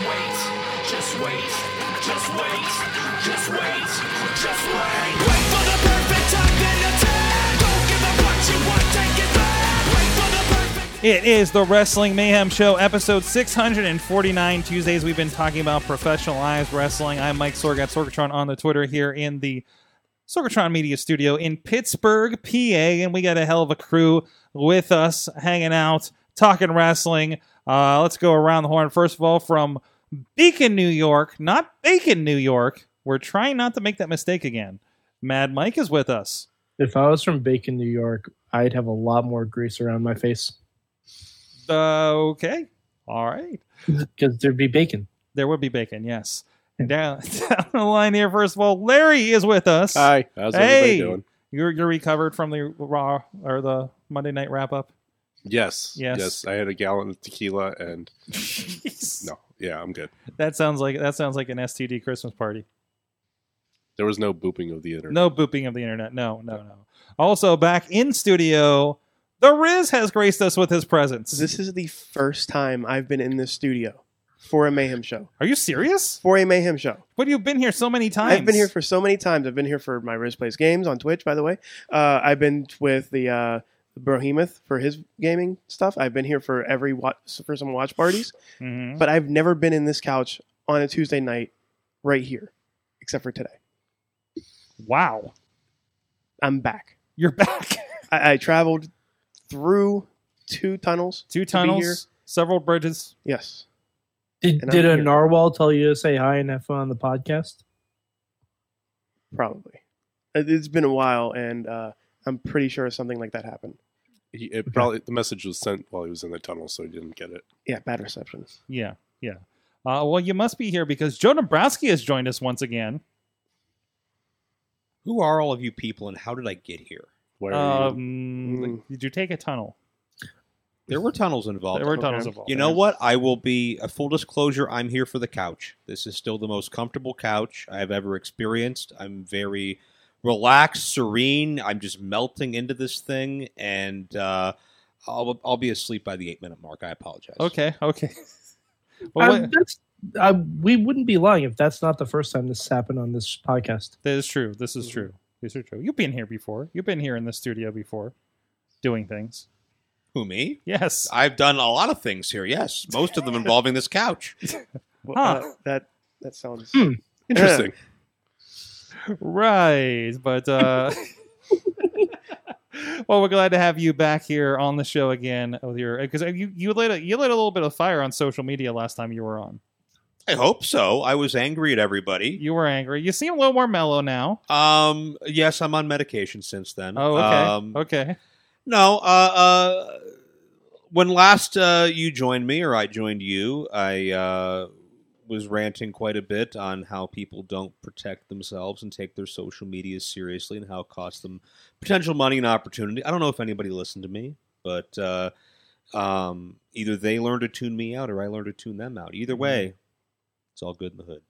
wait, just wait, just wait, just wait, just wait. Wait for the perfect time then attack. Don't give up what you want, take it back. Wait for the perfect. It is the Wrestling Mayhem Show, episode 649. Tuesdays, we've been talking about professionalized wrestling. I'm Mike Sorg at Sorgatron on the Twitter here in the Sorgatron Media Studio in Pittsburgh, PA. And we got a hell of a crew with us hanging out, talking wrestling. Uh, let's go around the horn. First of all, from Beacon, New York, not Bacon, New York. We're trying not to make that mistake again. Mad Mike is with us. If I was from Bacon, New York, I'd have a lot more grease around my face Uh, okay. All right. because there'd be bacon. There would be bacon, yes. And down, down the line here, first of all, Larry is with us. Hi, how's Hey! everybody doing? You're you're recovered from the raw or the Monday night wrap up. Yes, Yes. yes, I had a gallon of tequila, and Jeez. no, yeah, I'm good. That sounds like that sounds like an STD Christmas party. There was no booping of the internet. No booping of the internet. No, no, no. Also back in studio, the Riz has graced us with his presence. This is the first time I've been in this studio for a mayhem show. Are you serious? For a mayhem show. What you've been here so many times. I've been here for so many times. I've been here for my Riz Plays games on Twitch, by the way. Uh, I've been with the uh, Brohemoth for his gaming stuff. I've been here for every watch, for some watch parties, Mhm. but I've never been in this couch on a Tuesday night right here, except for today. Wow, I'm back. you're back. I, I traveled through two tunnels. Two here. tunnels, several bridges. Yes. And Did, I'm did a here. narwhal tell you to say hi and have fun on the podcast? Probably. It- It's been a while, and uh, I'm pretty sure something like that happened. He, it probably the message was sent while he was in the tunnel, so he didn't get it. Yeah, bad reception. Yeah, yeah. Uh, well, you must be here because Joe Dombrowski has joined us once again. Who are all of you people and how did I get here? Where are you? Um, did you take a tunnel? There were tunnels involved. There were okay. tunnels involved. you know what? I will be a full disclosure, I'm here for the couch. This is still the most comfortable couch I've ever experienced. I'm very relaxed, serene. I'm just melting into this thing and uh I'll, I'll be asleep by the eight minute mark. I apologize. Okay, okay. I- well, Um, what, that's, I, we wouldn't be lying if that's not the first time this happened on this podcast. that is true. This is true. These are true. You've been here before. You've been here in the studio before, doing things. Who, me? Yes. I've done a lot of things here, yes. Most of them involving this couch. Well, Huh. uh, that that sounds. Hmm. Interesting. right but uh well we're glad to have you back here on the show again with your because you you lit a you lit a little bit of fire on social media last time you were on I hope so. I was angry at everybody. you were angry you seem a little more mellow now Um, yes, I'm on medication since then. oh okay Um, okay No, uh, uh, when last uh, you joined me or I joined you, I uh, was ranting quite a bit on how people don't protect themselves and take their social media seriously and how it costs them potential money and opportunity. I don't know if anybody listened to me, but uh, um, either they learned to tune me out or I learned to tune them out. Either way, it's all good in the hood.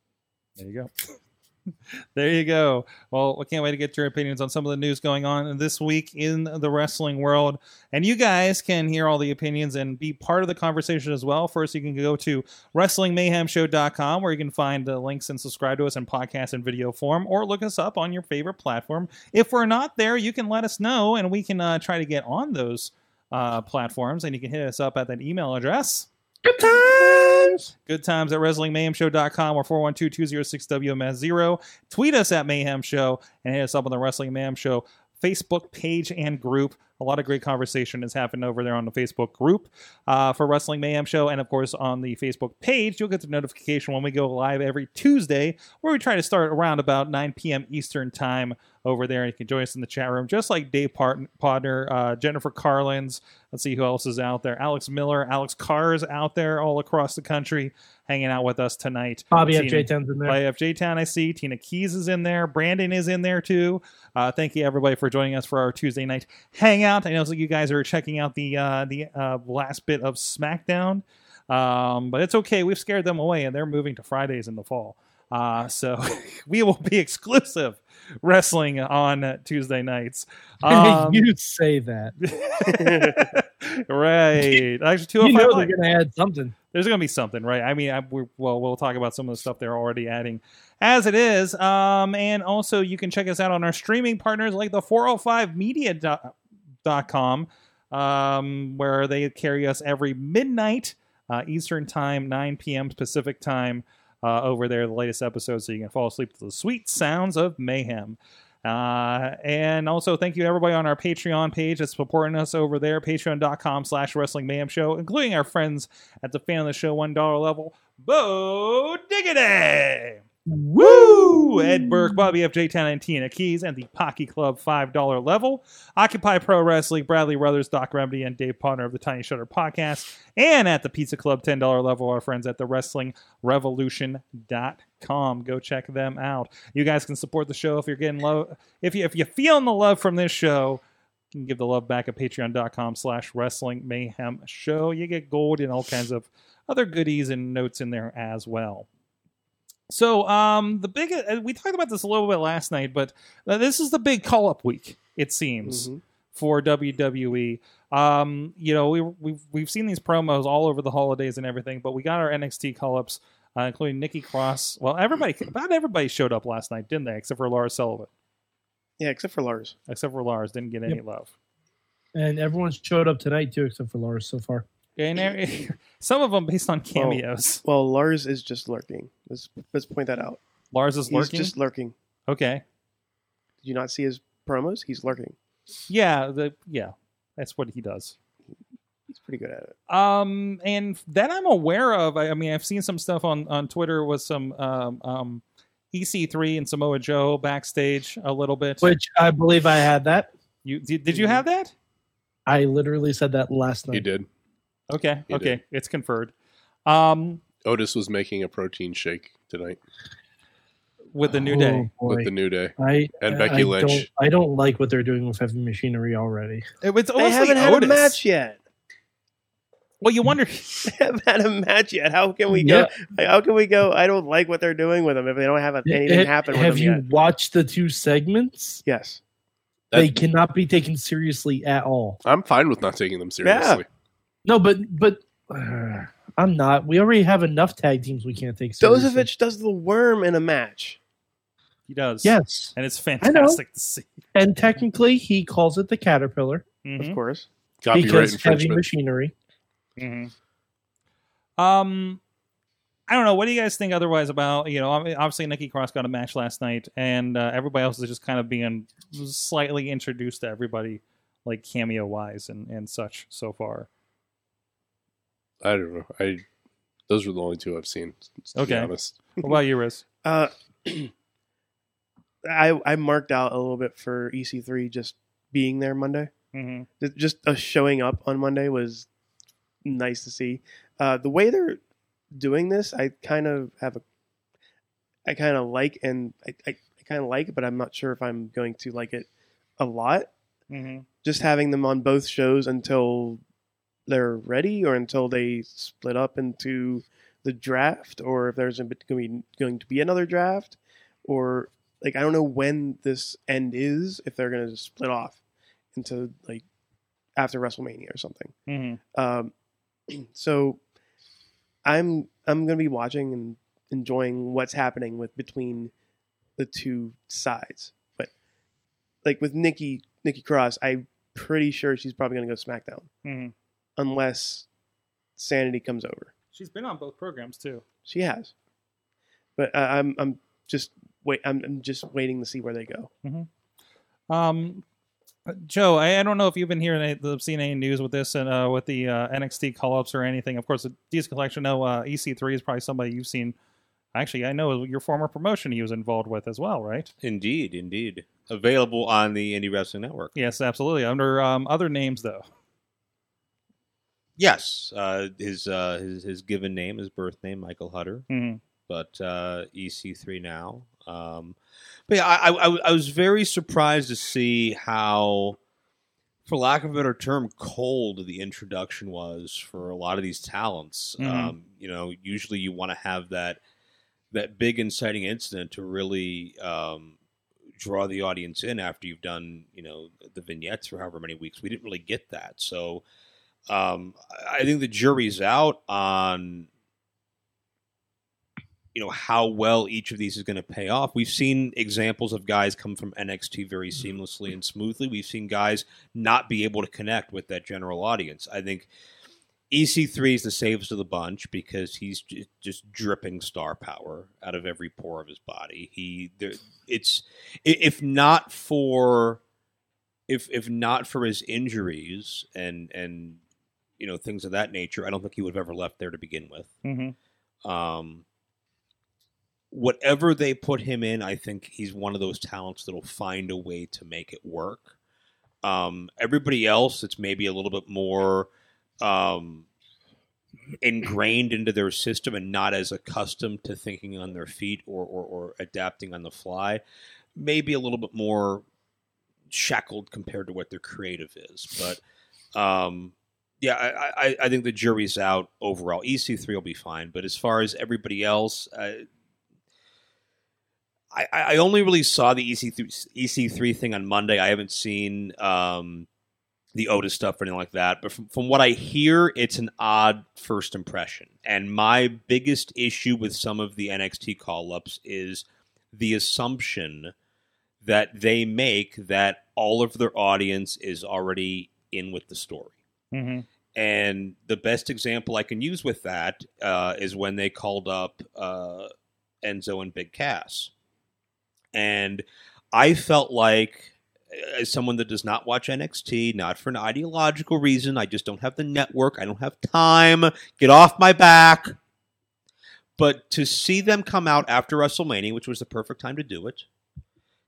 There you go. there you go. Well, I can't wait to get your opinions on some of the news going on this week in the wrestling world. And you guys can hear all the opinions and be part of the conversation as well. First, you can go to WrestlingMayhemShow.com where you can find the links and subscribe to us in podcast and video form, or look us up on your favorite platform. If we're not there, you can let us know and we can uh, try to get on those uh, platforms. And you can hit us up at that email address. Good times. Good times at WrestlingMayhemShow.com or 412 206 WMS0. Tweet us at Mayhem Show and hit us up on the Wrestling Mayhem Show Facebook page and group. A lot of great conversation is happening over there on the Facebook group uh, for Wrestling Mayhem Show. And of course, on the Facebook page, you'll get the notification when we go live every Tuesday, where we try to start around about 9 p.m. Eastern Time over there, and you can join us in the chat room, just like Dave Part- Podner, uh, Jennifer Carlins. Let's see who else is out there. Alex Miller, Alex Carr's out there all across the country hanging out with us tonight. Bobby Tina- FJ Ten's in there. by FJ Town, I see. Tina Keys is in there. Brandon is in there too. Uh, thank you everybody for joining us for our Tuesday night hangout. I know some of you guys are checking out the uh, the uh, last bit of SmackDown, um, but it's okay. We've scared them away, and they're moving to Fridays in the fall. Uh, so we will be exclusive wrestling on Tuesday nights. Um, you say that. right. Actually, two You hundred know five they're going to add something. there's going to be something, right? I mean, I, we're, well, we'll talk about some of the stuff they're already adding as it is. Um, and also, you can check us out on our streaming partners like the 405media.com, um, where they carry us every midnight uh, Eastern time, 9 p.m. Pacific time uh, over there, the latest episode, so you can fall asleep to the sweet sounds of mayhem. Uh, and also thank you to everybody on our Patreon page that's supporting us over there, patreon.com slash wrestling mayhem show, including our friends at the fan of the show $1 level, Bo Diggity! Woo! Ed Burke, Bobby FJ Town, and Tina Keys, and the Pocky Club $5 level. Occupy Pro Wrestling, Bradley Brothers, Doc Remedy, and Dave Potter of the Tiny Shutter Podcast. And at the Pizza Club $10 level, our friends at the Wrestling Revolution.com. Go check them out. You guys can support the show if you're getting low. If, you, if you're feeling the love from this show, you can give the love back at patreon.com slash wrestling mayhem show. You get gold and all kinds of other goodies and notes in there as well. So um, the big uh, we talked about this a little bit last night, but uh, this is the big call up week. It seems Mhm. for WWE. Um, you know, we, we've we've seen these promos all over the holidays and everything, but we got our NXT call ups, uh, including Nikki Cross. Well, everybody, about everybody showed up last night, didn't they? Except for Laura Sullivan. Yeah, except for Lars. Except for Lars didn't get any love. And everyone showed up tonight, too, except for Laura so far. And every- some of them based on cameos. Well, Lars is just lurking. Let's let's point that out. Lars is He's lurking. just lurking. okay. Did you not see his promos? He's lurking. Yeah. The yeah. That's what he does. He's pretty good at it. um and that i'm aware of i, I mean i've seen some stuff on on twitter with some um um ec3 and samoa joe backstage a little bit Which I believe I had that. you did, did you have that I literally said that last night. He did. okay You okay it's conferred um Otis was making a protein shake tonight with the new Oh, day boy. with the New Day. I, and I- Becky I Lynch. Don't, I don't like what they're doing with heavy machinery already. it was Oh. They mostly haven't had Oh, Otis. a match yet. well you wonder They haven't had a match yet. How can we Yeah. go? like, how can we go? I don't like what they're doing with them if they don't have anything Ha- happen with have them you yet. watched the two segments? Yes. That- they cannot be taken seriously at all. I'm fine with not taking them seriously. No, but but uh, I'm not. We already have enough tag teams we can't take seriously. Dozovich does the worm in a match. he does Yes, and it's fantastic to see and technically he calls it the caterpillar Mhm. Of course. Copyright because heavy infringement. machinery. Um, I don't know. What do you guys think otherwise about you know? ob- Obviously, Nikki Cross got a match last night, and uh, everybody else is just kind of being slightly introduced to everybody, like cameo wise and and such so far. I don't know. I those were the only two I've seen. To Okay. Be honest. What about you, Riz? Uh, I I marked out a little bit for EC3 just being there Monday. Mm-hmm. Th- Just us showing up on Monday was nice to see. Uh, the way they're doing this, I kind of have a, I kind of like and I, I, I kind of like it, but I'm not sure if I'm going to like it a lot. Mm-hmm. Just having them on both shows until they're ready or until they split up into the draft or if there's going to be going to be another draft or like I don't know when this end is if they're going to split off into like after WrestleMania or something. Mm-hmm. Um, so I'm I'm going to be watching and enjoying what's happening with between the two sides. But like with Nikki Nikki Cross, I'm pretty sure she's probably going to go SmackDown Mm-hmm. unless Sanity comes over. She's been on both programs too. She has, but uh, I'm I'm just wait I'm, I'm just waiting to see where they go. Um, Joe, I, I don't know if you've been hearing any, seen any news with this and uh, with E the uh, NXT call ups or anything. Of course, the D's collection. No, uh, EC3 is probably somebody you've seen. I Actually, I know your former promotion he was involved with as well, right? Indeed, indeed. Available on the Indie Wrestling Network. Yes, absolutely. Under um, other names though. Yes, uh, his, uh, his his given name, his birth name, Michael Hutter, hmm but uh, EC3 now. Um, but yeah, I, I, I was very surprised to see how, for lack of a better term, cold the introduction was for a lot of these talents. Mhm. Um, you know, usually you want to have that that big inciting incident to really um, draw the audience in after you've done you know the vignettes for however many weeks. We didn't really get that, so um, I I think the jury's out on you know how well each of these is going to pay off. We've seen examples of guys come from NXT very seamlessly and smoothly. We've seen guys not be able to connect with that general audience. I think EC3 is the safest of the bunch because he's ju- just dripping star power out of every pore of his body. He there, it's i- if not for if if not for his injuries and and you know things of that nature, I don't think he would have ever left there to begin with hmm um, whatever they put him in, I think he's one of those talents that'll find a way to make it work. Um, everybody else, it's maybe a little bit more um, ingrained into their system and not as accustomed to thinking on their feet or, or, or adapting on the fly. Maybe a little bit more shackled compared to what their creative is, but. Um, yeah, I, I, I think the jury's out overall. EC3 will be fine, but as far as everybody else, uh, I, I I only really saw the E EC3 EC3 thing on Monday. I haven't seen um, the Otis stuff or anything like that. But from, from what I hear, it's an odd first impression. And my biggest issue with some of the NXT call ups is the assumption that they make that all of their audience is already in with the story. hmm And the best example I can use with that uh, is when they called up uh, Enzo and Big Cass. And I felt like, uh, as someone that does not watch NXT, not for an ideological reason, I just don't have the network, I don't have time, get off my back. But to see them come out after WrestleMania, which was the perfect time to do it,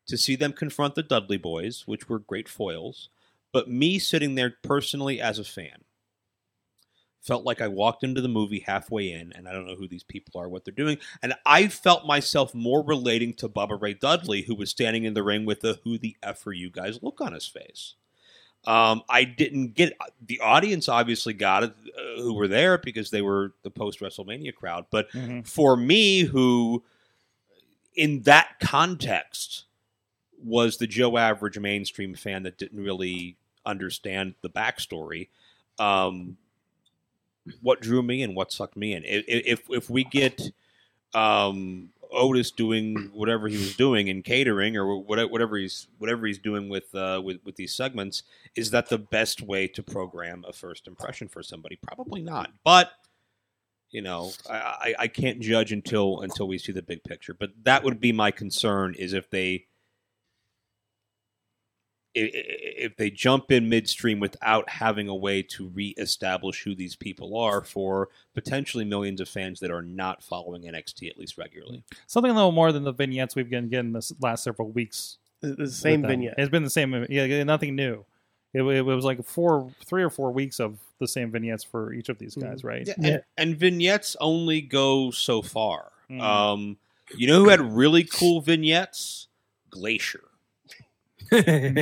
to see them confront the Dudley Boys, which were great foils, but me sitting there personally as a fan felt like I walked into the movie halfway in and I don't know who these people are, what they're doing. And I felt myself more relating to Bubba Ray Dudley, who was standing in the ring with the who the F are you guys look on his face. Um, I didn't get the audience obviously got it uh, who were there because they were the post WrestleMania crowd, but hmm for me who in that context was the joe average mainstream fan that didn't really understand the backstory um, what drew me and what sucked me in I- i- if, if we get um, otis doing whatever he was doing in catering or whate- whatever he's whatever he's doing with, uh, with with these segments is that the best way to program a first impression for somebody probably not but you know, I, I, I can't judge until until we see the big picture. But that would be my concern is if they i- i- if they jump in midstream without having a way to reestablish who these people are for potentially millions of fans that are not following NXT at least regularly. Something a little more than the vignettes we've been getting this last several weeks. The, the with same them. vignette. It's been the same. Yeah, nothing new. It, wa- it was like four, three or four weeks of the same vignettes for each of these Mm-hmm. guys, right? Yeah, and, Yeah. and vignettes only go so far. Mhm. Um, you know who had really cool vignettes? Glacier. and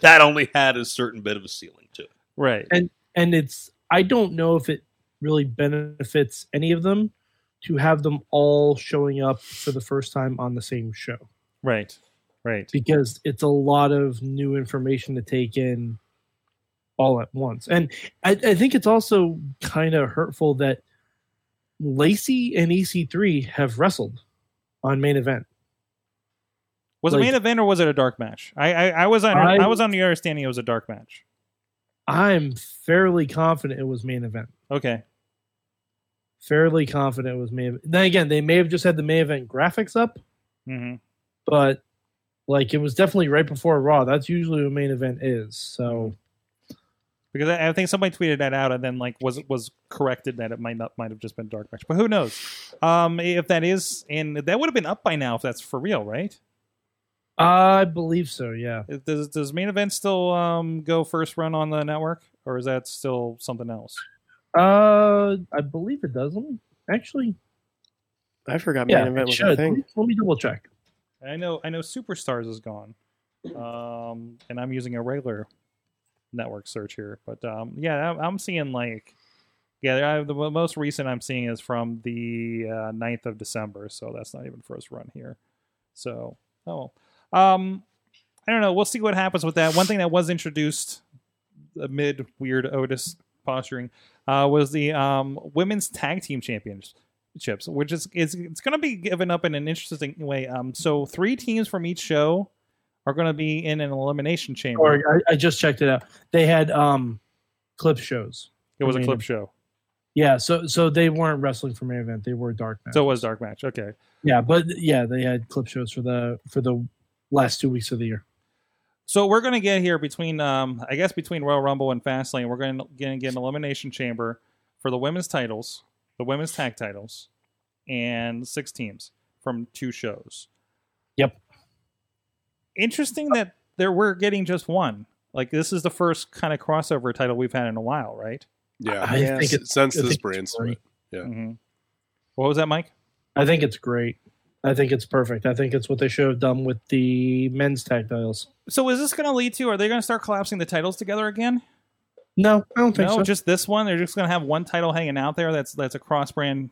that only had a certain bit of a ceiling to it. Right. and it's I don't know if it really benefits any of them to have them all showing up for the first time on the same show Right. Right. because it's a lot of new information to take in all at once. And I, I think it's also kind of hurtful that Lacey and EC3 have wrestled on main event. Was it Like- main event or was it a dark match? I I, I was on I, I- was on the understanding it was a dark match. I'm fairly confident it was main event. Okay. Fairly confident it was main event. Then again, they may have just had the main event graphics up. hmm but like it was definitely right before Raw. That's usually what main event is. So because I, I think somebody tweeted that out and then like was was corrected that it might not might have just been dark match, but who knows? Um, if that is, and that would have been up by now if that's for real, right? I believe so. Yeah. If- Does does main event still um go first run on the network, or is that still something else? Uh, I believe it does. Let me actually. I forgot main Yeah, event it was should. a Let me, thing. let me double check. I know I know Superstars is gone. Um and I'm using a regular network search here, but um yeah, I'm, I'm seeing like yeah, I, the most recent I'm seeing is from the uh, 9th of December, so that's not even first run here. So, oh, well. um I don't know, we'll see what happens with that. One thing that was introduced amid weird Otis posturing uh was the um women's tag team championships chips, which is it's, it's going to be given up in an interesting way. Um, so three teams from each show are going to be in an elimination chamber. Or I, I just checked it out. They had um, clip shows. it was a I mean, clip show, Yeah. So so they weren't wrestling for main event. They were dark match. so it was dark match. Okay, yeah, but yeah, they had clip shows for the for the last two weeks of the year. so we're going to get here between um, I guess between Royal Rumble and Fastlane, we're going to get an elimination chamber for the women's titles, the women's tag titles, and six teams from two shows. Yep. Interesting that there we're getting just one. Like this is the first kind of crossover title we've had in a while, right? Yeah. I Yeah, think S- it's Since I think this it's brand split. great. Yeah. hmm What was that, Mike? I think it's great. I think it's perfect. I think it's what they should have done with the men's tag titles. So is this going to lead to? Are they going to start collapsing the titles together again? No, I don't think No, so. just this one. They're just going to have one title hanging out there. That's that's a cross brand.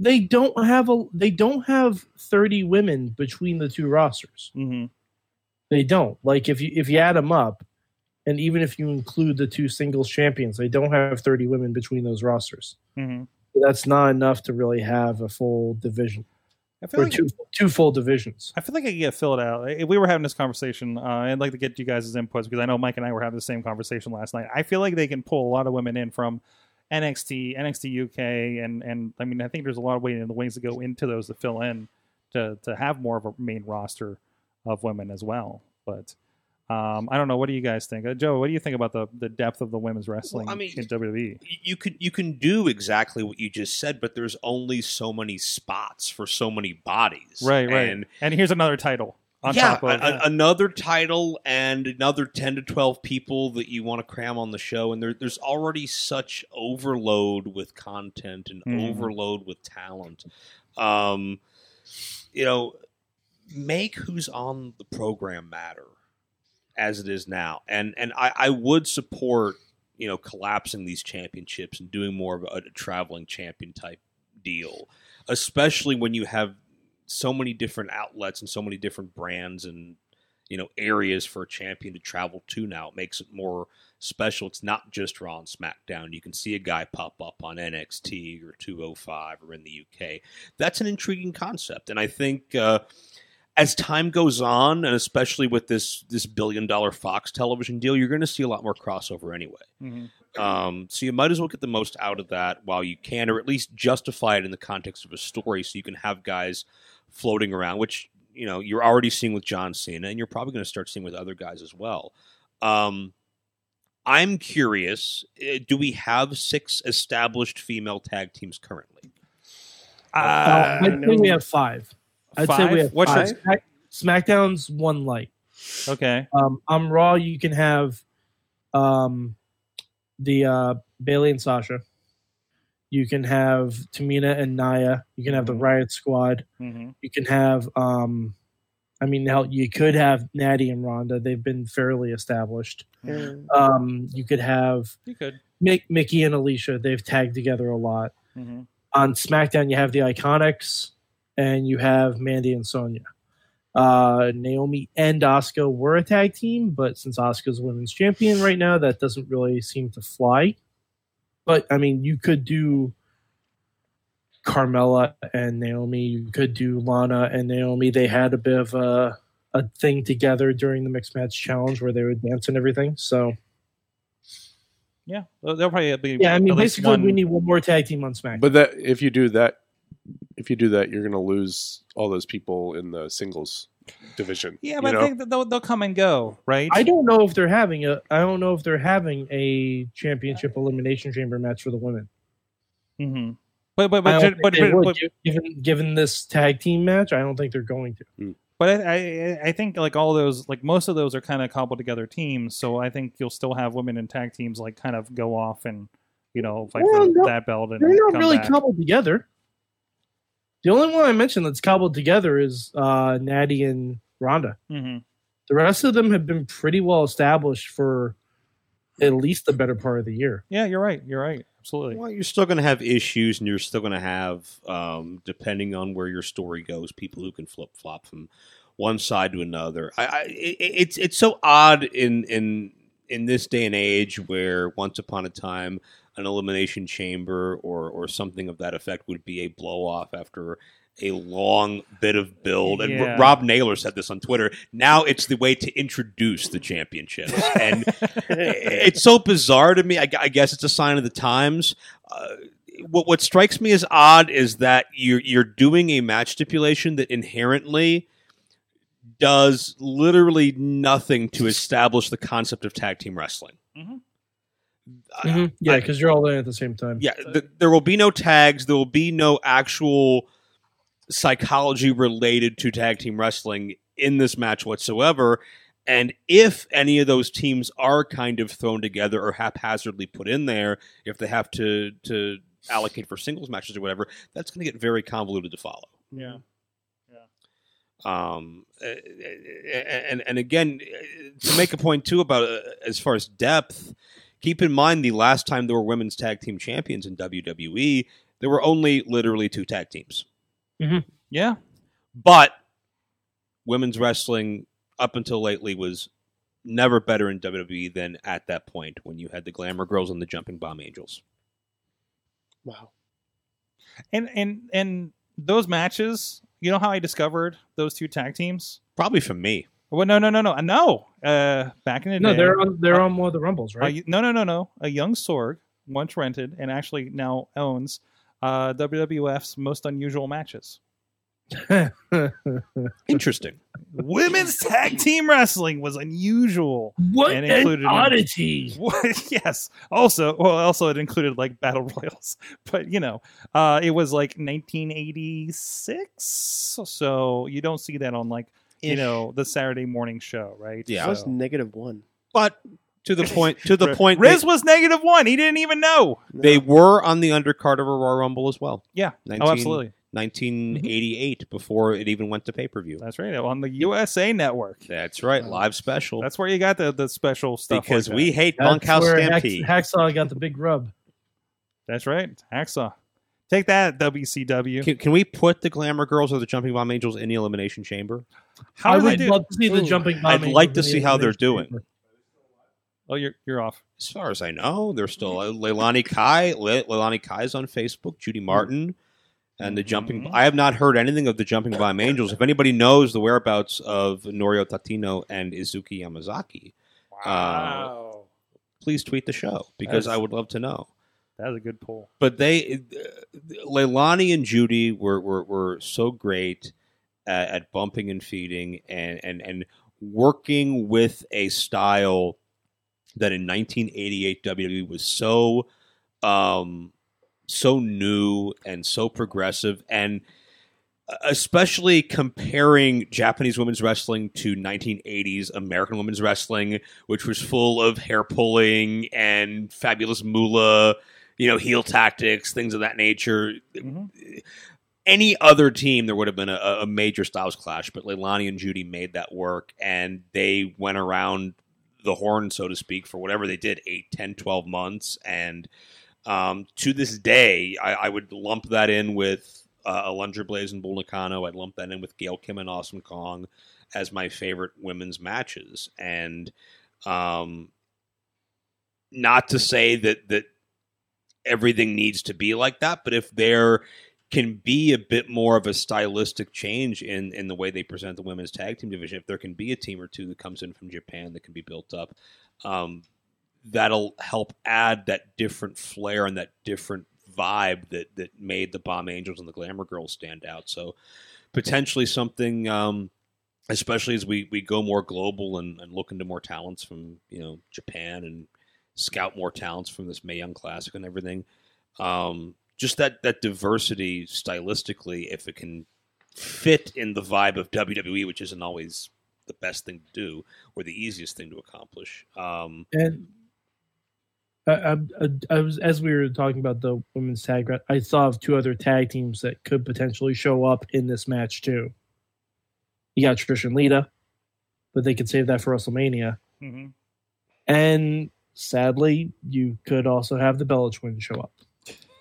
they don't have a they don't have 30 women between the two rosters hmm they don't like if you if you add them up and even if you include the two singles champions they don't have 30 women between those rosters hmm that's not enough to really have a full division I feel or like two two full divisions I feel like I could get filled out. I- We were having this conversation. Uh, I'd like to get you guys' inputs because I know Mike and I were having the same conversation last night. I feel like they can pull a lot of women in from NXT, NXT UK, and and I mean I think there's a lot of waiting in the wings to go into those to fill in to to have more of a main roster of women as well. But um, I don't know. What do you guys think, uh, Joe? What do you think about the the depth of the women's wrestling I mean- in E? WWE? y- you can you can do exactly what you just said, but there's only so many spots for so many bodies. Right, right. And And here's another title on yeah, top of a- a- another title and another ten to twelve people that you want to cram on the show, and there, there's already such overload with content and Mhm. overload with talent. Um, you know, make who's on the program matter as it is now, and and I, I would support you know collapsing these championships and doing more of a, a traveling champion type deal, especially when you have so many different outlets and so many different brands and you know areas for a champion to travel to now it makes it more special it's not just raw and smackdown you can see a guy pop up on nxt or 205 or in the uk that's an intriguing concept and i think uh, as time goes on and especially with this this billion dollar fox television deal you're going to see a lot more crossover anyway Mhm. um, so you might as well get the most out of that while you can, or at least justify it in the context of a story, so you can have guys floating around, which you know you're already seeing with John Cena, and you're probably going to start seeing with other guys as well. Um, I'm curious: eh, do we have six established female tag teams currently? Uh, I i'd say we know. have five i'd say Five? we have What's five. your- Smack- smackdown's one light okay. Um, on Raw, you can have um, the uh, Bailey and Sasha. You can have Tamina and Naya. You can have the Riot Squad. hmm You can have, um, I mean, hell, you could have Natty and Ronda. They've been fairly established. Yeah. Um, you could have You could. Mick, Mickey and Alicia. They've tagged together a lot. hmm On SmackDown, you have the Iconics, and you have Mandy and Sonya. Uh, Naomi and Asuka were a tag team, but since Asuka's women's champion right now, that doesn't really seem to fly. But I mean, you could do Carmella and Naomi. You could do Lana and Naomi. They had a bit of a a thing together during the mixed match challenge where they would dance and everything. So Yeah, they'll they'll probably be. yeah, I mean, at least basically, one- we need one more tag team on SmackDown. But that if you do that, if you do that, you're going to lose all those people in the singles division. Yeah, you but know? I think that they'll, they'll come and go, right? I don't know if they're having a. I don't know if they're having a championship elimination chamber match for the women. hmm But but I but don't but, think but, they would, but, given given this tag team match, I don't think they're going to. but I, I I think like all those like most of those are kind of cobbled together teams, so I think you'll still have women in tag teams like kind of go off and you know like Well, for no, that belt and They're not come really back. cobbled together. The only one I mentioned that's cobbled together is uh, Natty and Ronda. Mhm. The rest of them have been pretty well established for at least the better part of the year. Yeah, you're right. You're right. Absolutely. Well, you're still going to have issues, and you're still going to have, um, depending on where your story goes, people who can flip flop from one side to another. I, I, it, it's it's so odd in in in this day and age where once upon a time an elimination chamber or or something of that effect would be a blow off after a long bit of build and Yeah. R- rob naylor said this on twitter now it's the way to introduce the championships and it's so bizarre to me. I, gu- I guess it's a sign of the times. Uh, what what strikes me as odd is that you're you're doing a match stipulation that inherently does literally nothing to establish the concept of tag team wrestling. Mhm. I- Mm-hmm. Yeah, because you're all in at the same time. yeah, th- there will be no tags. There will be no actual psychology related to tag team wrestling in this match whatsoever. And if any of those teams are kind of thrown together or haphazardly put in there, if they have to to allocate for singles matches or whatever, that's going to get very convoluted to follow yeah. um uh, and and again uh, to make a point too about uh, as far as depth keep in mind the last time there were women's tag team champions in WWE there were only literally two tag teams Yeah. but women's wrestling up until lately was never better in WWE than at that point when you had the Glamour Girls and the Jumping Bomb Angels Wow. And and and those matches, you know how I discovered those two tag teams? probably for me Well, no, no, no, no, no. Uh, back in the No, day, they're on uh, they're on one of the rumbles, A right? y- no, no, no, no. A young Sorg once rented and actually now owns uh, WWF's most unusual matches. interesting Women's tag team wrestling was unusual. what And included in- oddity! What? Yes. Also, well, also it included like battle royals, but you know, uh, it was like 1986, so you don't see that on like you Ish. know the Saturday morning show, right? Yeah. That was So. negative one. but to the point to the point they- Riz was negative one. He didn't even know. Oh, they were on the undercard of a Royal Rumble as well Yeah. 19, Oh, absolutely. 1988 before it even went to pay per view. That's right. On the USA Network. That's right, live special. That's where you got the, the special stuff. because like that. we hate That's Bunkhouse where Hack- Stampede. Hacksaw got the big rub. That's right. Hacksaw. Take that, WCW. can, can we put the Glamour Girls or the Jumping Bomb Angels in the Elimination Chamber? How I do they would do? love to see the Ooh, jumping. I'd bombing like over to the see how they're elimination doing. chamber. Oh, you're you're off. As far as I know, there's still uh, Leilani Kai. Le- Leilani Kai's on Facebook. Judy Martin. And the jumping, Mhm. I have not heard anything of the jumping bomb angels. If anybody knows the whereabouts of Norio Tatino and Izuki Yamazaki, Wow. please tweet the show because That's- I would love to know. That was a good pull. but they uh, Leilani and Judy were were, were so great at, at bumping and feeding and and and working with a style that in 1988 WWE E was so um so new and so progressive and uh, especially comparing Japanese women's wrestling to 1980s American women's wrestling which was full of hair pulling and fabulous moolah you know, heel tactics, things of that nature. Mhm. Any other team, there would have been a, a major styles clash, but Leilani and Judy made that work, and they went around the horn, so to speak, for whatever they did 8, 10, 12 months. And um, to this day, I, I would lump that in with uh, Alundra Blaze and Bull Nakano. I'd lump that in with Gail Kim and Awesome Kong as my favorite women's matches. And um, not to say that, that everything needs to be like that, but if there can be a bit more of a stylistic change in in the way they present the women's tag team division, if there can be a team or two that comes in from Japan that can be built up, um, that'll help add that different flair and that different vibe that that made the Bomb Angels and the Glamour Girls stand out. So potentially something um, especially as we, we go more global and, and look into more talents from you know Japan and scout more talents from this May Young Classic and everything. Um, just that that diversity stylistically, if it can fit in the vibe of WWE, which isn't always the best thing to do or the easiest thing to accomplish. Um, And I, I, I was as we were talking about the women's tag, ra- I saw of two other tag teams that could potentially show up in this match too. You got Trish and Lita, but they could save that for WrestleMania. Mm-hmm. And sadly, you could also have the Bella twins show up.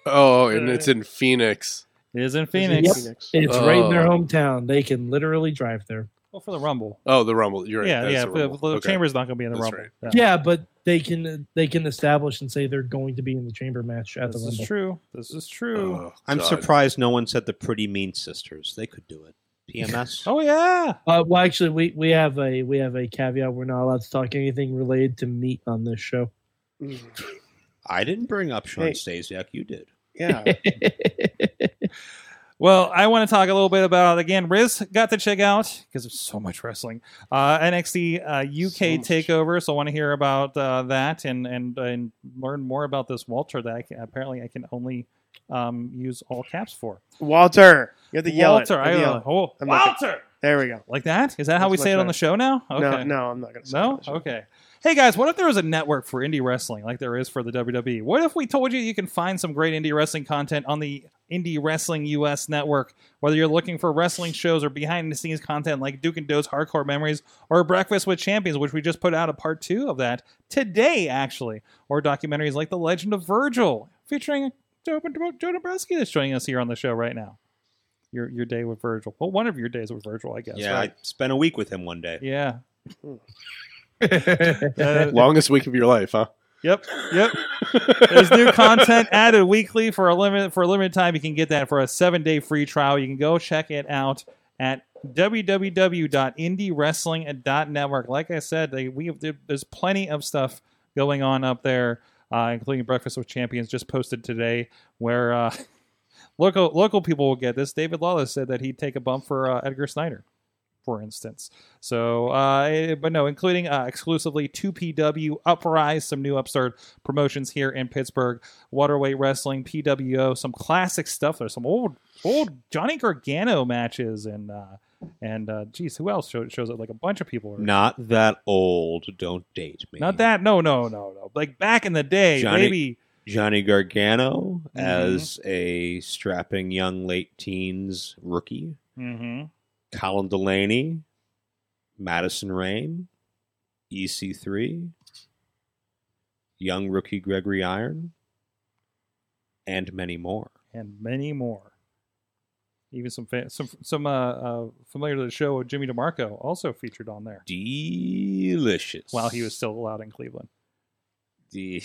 Oh, and Uh, it's in Phoenix. It is in Phoenix. Phoenix. It's right in their Oh. hometown. They can literally drive there. Well, for the Rumble. Oh, the Rumble. You're right. yeah, that's yeah. the The, Rumble. the Okay. Chamber's not going to be in the That's Rumble. Yeah, Yeah, but they can they can establish and say they're going to be in the chamber match at this the Rumble. is true. This is true. Oh, I'm God. surprised no one said the Pretty Mean Sisters. They could do it. PMS. oh yeah. Uh, well, actually, we, we have a we have a caveat. We're not allowed to talk anything related to meat on this show. I didn't bring up Sean Hey. Stasiak. You did. Yeah. Well, I want to talk a little bit about again. Riz got to check out because there's so much wrestling. Uh, NXT uh, So UK much. takeover. So I want to hear about uh, that and and and learn more about this Walter that I can, apparently I can only um, use all caps for. Walter. You have to yell Walter, it. You have to I, yell it. oh, I'm not Walter, There we go. like that. Is that how That's we much say it on better. the show now? Okay. No, no, I'm not going to say No? that. Okay. Hey guys, what if there was a network for indie wrestling like there is for the WWE? What if we told you you can find some great indie wrestling content on the Indie Wrestling US network? Whether you're looking for wrestling shows or behind the scenes content like Duke and Doe's Hardcore Memories or Breakfast with Champions, which we just put out a part two of that today, actually, or documentaries like The Legend of Virgil featuring Joe, Joe Dombrowski that's joining us here on the show right now. Your, your day with Virgil. Well, one of your days with Virgil, I guess. yeah, right? I spent a week with him one day. yeah. That's Longest week of your life, huh? Uh, Yep. Yep. There's new content added weekly for a limited for a limited time. You can get that for a seven day free trial. You can go check it out at www.indiewrestling.network. Like I said, they, we have, there's plenty of stuff going on up there, uh, including Breakfast with Champions just posted today, where uh, local local people will get this. David Lawless said that he'd take a bump for uh, Edgar Snyder, for instance. So, uh, eh, but no, including uh, exclusively 2PW, Uprise, some new upstart promotions here in Pittsburgh, Waterway Wrestling, PWO, some classic stuff. There's some old old Johnny Gargano matches and. Uh, and uh, geez, who else shows, shows up? Like a bunch of people. are- Not that old. Don't date me. not that. No, no, no, no. Like back in the day, Johnny- maybe. Johnny Gargano Mhm. as a strapping young late teens rookie. Mm-hmm. Colin Delaney, Madison Rain, EC3, young rookie Gregory Iron, and many more. and many more. Even some fa- some some uh, uh, familiar to the show, Jimmy DeMarco also featured on there Delicious. while he was still allowed in Cleveland. De-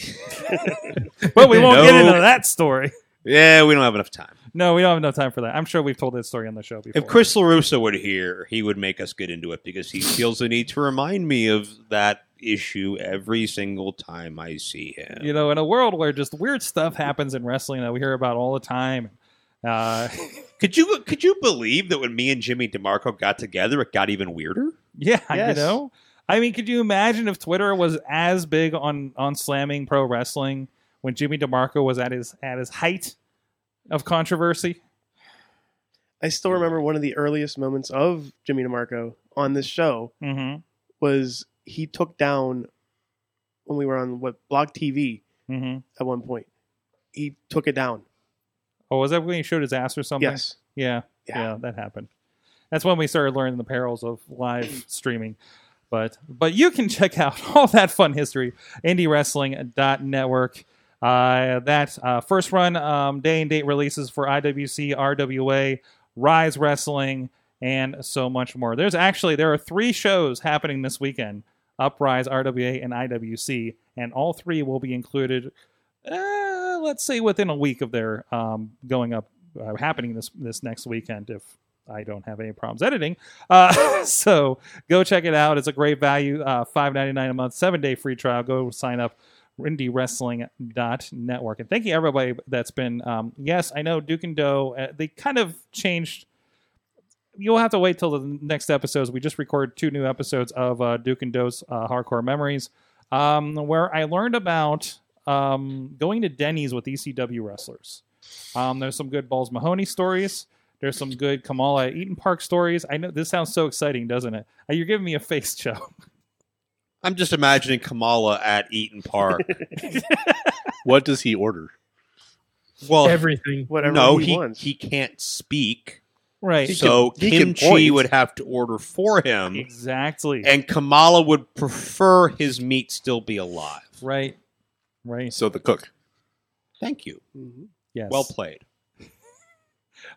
But we won't get No. into that story. yeah, we don't have enough time. No, we don't have enough time for that. I'm sure we've told that story on the show before. If Chris LaRusso were here, he would make us get into it because he feels the need to remind me of that issue every single time I see him. you know, in a world where just weird stuff happens in wrestling that we hear about all the time. Uh, Could you could you believe that when me and Jimmy DeMarco got together, it got even weirder? yeah, Yes. you know. I mean, could you imagine if Twitter was as big on on slamming pro wrestling when Jimmy DeMarco was at his at his height of controversy? I still remember one of the earliest moments of Jimmy DeMarco on this show Mm-hmm. was he took down when we were on what Block TV Mm-hmm. at one point. He took it down. Oh, was that when he showed his ass or something? Yes. Yeah. Yeah, Yeah. that happened. That's when we started learning the perils of live streaming. But but you can check out all that fun history, indiewrestling.network. Uh, that uh, first run um, day and date releases for IWC, RWA, Rise Wrestling, and so much more. There's actually there are three shows happening this weekend: Uprise, RWA, and IWC, and all three will be included. Uh, let's say within a week of their um, going up uh, happening this this next weekend if I don't have any problems editing. Uh, so go check it out. It's a great value. Uh, Five ninety nine a month, seven day free trial. Go sign up indiewrestling.network. And thank you everybody that's been. Um, yes, I know Duke and Doe. Uh, they kind of changed you'll have to wait till the next episodes. We just recorded two new episodes of uh, Duke and Doe's uh, Hardcore Memories, um, where I learned about um, going to Denny's with ECW wrestlers. Um, there's some good Balls Mahoney stories. There's some good Kamala Eaton Park stories. I know this sounds so exciting, doesn't it? Uh, You're giving me a face, Joe. I'm just imagining Kamala at Eaton Park. What does he order? Well, Everything. Whatever no, he, he, wants. he can't speak, Right. so he can kimchi point. would have to order for him, exactly. and Kamala would prefer his meat still be alive. Right. Right. So the cook. Thank you. Mhm. Yes. Well played.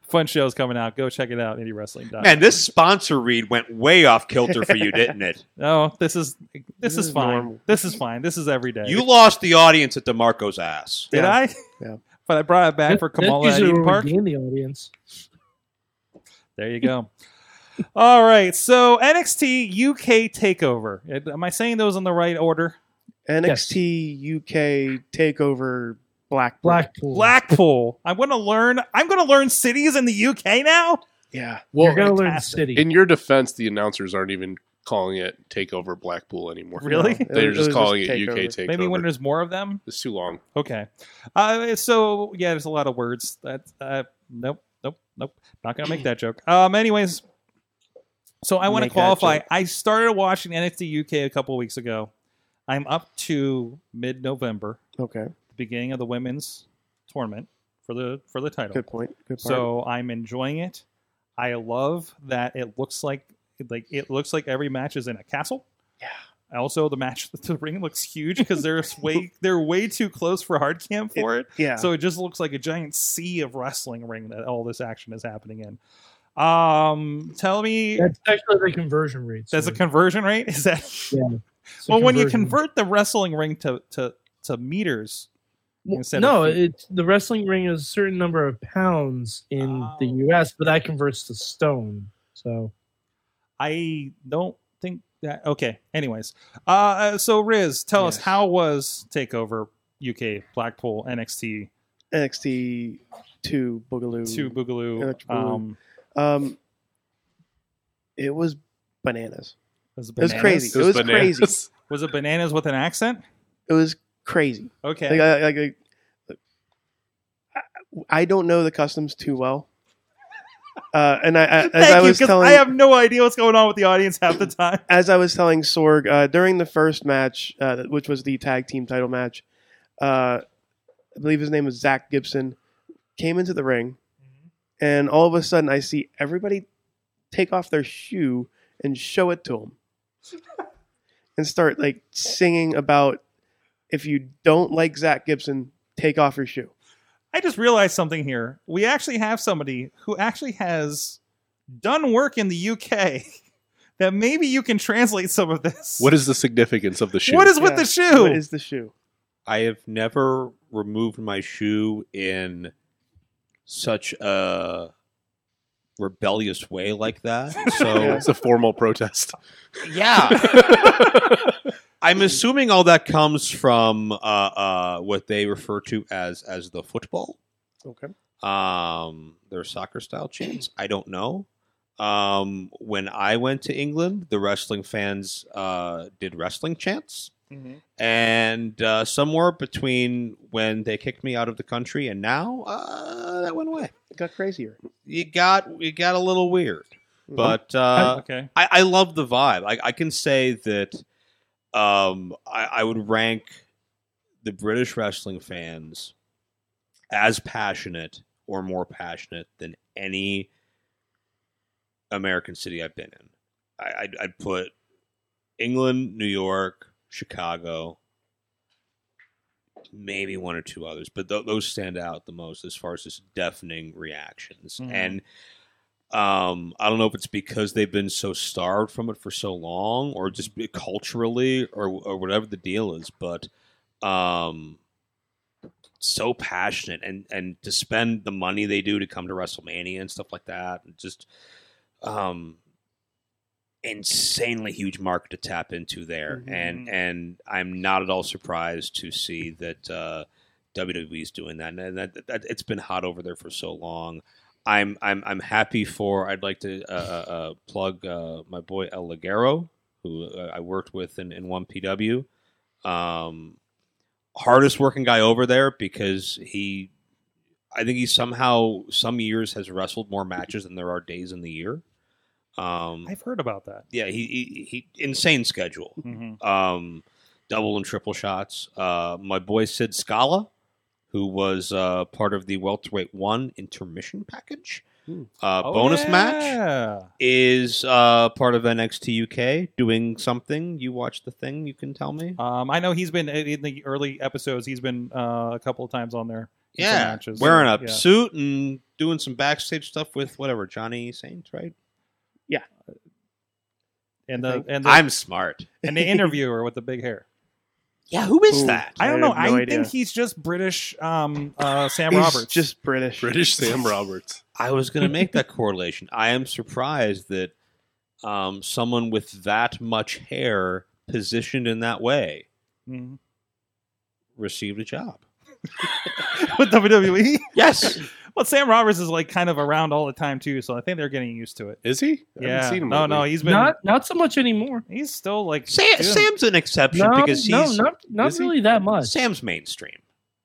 fun show's coming out. Go check it out. Uh, IndieWrestling.com. Man, this sponsor read went way off kilter for you, didn't it? Oh, this is this, This is, is fine. normal. This is fine. This is every day. You lost the audience at DeMarco's ass. did Yeah. I? Yeah. But I brought it back for Kamala at usually Eden where we Park. gain the audience. There you go. All right. So NXT UK Takeover. It- Am I saying those in the right order? NXT UK takeover Black Blackpool. Blackpool. I'm going to learn. I'm going to learn cities in the UK now. Yeah, You're gonna learn fantastic. city. In your defense, the announcers aren't even calling it Takeover Blackpool anymore. Really? It They're was- just it was calling just it UK takeover. Takeover. Maybe when there's more of them. it's too long. Okay. Uh, so yeah, there's a lot of words. That uh, nope, nope, nope. Not gonna make that joke. Um. Anyways, so I want to Make that qualify. joke. I started watching NXT UK a couple weeks ago. I'm up to mid-November, Okay, the beginning of the women's tournament for the for the title. good point. Good point. So I'm enjoying it. I love that it looks like like it looks like every match is in a castle. Yeah. Also, the match the ring looks huge because they're way they're way too close for hard cam for it. yeah, So it just looks like a giant sea of wrestling ring that all this action is happening in. Um, tell me, that's, That's actually the conversion rate. a conversion rate? Is that It's a well? When you conversion rate. convert the wrestling ring to to to meters, Well, instead no, of feet. it's the wrestling ring is a certain number of pounds in the Oh. U.S., but that converts to stone. So I don't think that. Okay. Anyways, uh, uh, so Riz, tell us Yes. how was Takeover UK Blackpool NXT NXT two Boogaloo to Boogaloo? Electric Boogaloo. Um, Um, it was bananas. was it It was bananas? crazy. It was crazy. Was it bananas with an accent? It was crazy. Okay. Like, I, like, like, I I don't know the customs too well, uh, and I, I as Thank I you, was 'cause telling I have no idea what's going on with the audience half the time. as I was telling Sorg uh, during the first match, uh, which was the tag team title match, uh, I believe his name was Zach Gibson, came into the ring, Mm-hmm. and all of a sudden I see everybody take off their shoe and show it to him, and start like singing about if you don't like Zach Gibson, take off your shoe. I just realized something here. We actually have somebody who actually has done work in the UK that maybe you can translate some of this. What is the significance of the shoe? what is with Yeah. the shoe? What is the shoe? I have never removed my shoe in such a rebellious way like that. So Oh, it's a formal protest. yeah, I'm assuming all that comes from uh, uh, what they refer to as as the football, Okay. um, their soccer style chants. I don't know. Um, when I went to England, the wrestling fans uh, did wrestling chants. and uh, somewhere between when they kicked me out of the country and now, uh, that went away. It got crazier. It got it got a little weird, but uh, okay. I, I love the vibe. I, I can say that um, I, I would rank the British wrestling fans as passionate or more passionate than any American city I've been in. I, I'd, I'd put England, New York, Chicago, maybe one or two others, but th- those stand out the most as far as just deafening reactions. Mhm. And um, I don't know if it's because they've been so starved from it for so long, or just be- culturally, or or whatever the deal is, but um, so passionate and and to spend the money they do to come to WrestleMania and stuff like that, and just um insanely huge market to tap into there and and i'm not at all surprised to see E that uh wwe's doing that and that, that it's been hot over there for so long I'm I'm I'm happy for. I'd like to uh, uh, uh, plug uh, my boy El Ligero, who uh, I worked with in in one PW. Um, hardest working guy over there because he, I think he somehow some years has wrestled more matches than there are days in the year. Um, I've heard about that. yeah, he, he he insane schedule Mm-hmm. um, double and triple shots. Uh, my boy Sid Scala, who was uh, part of the welterweight one intermission package, Hmm. uh, Oh, bonus match is uh, part of NXT UK doing something. You watch the thing, you can tell me. Um, I know he's been in the early episodes. He's been uh, a couple of times on there. in some yeah, matches. wearing a Yeah. suit and doing some backstage stuff with whatever Johnny Saint, right? and the and the, I'm smart. and the interviewer with the big hair. Yeah, who is Ooh. that? I don't I know. have I no think idea. he's just British. Um, uh, Sam He's Roberts. just British. British Sam Roberts. I was going to make that correlation. I am surprised that um, someone with that much hair positioned in that way Mhm. received a job. with WWE. Yes. Well, Sam Roberts is like kind of around all the time too, so I think they're getting used to it. Is he? I haven't yeah. seen him no, lately. no, he's been. Not not so much anymore. he's still like Sam, doing- Sam's an exception No, because no, he's not not is he? really that much. Sam's mainstream.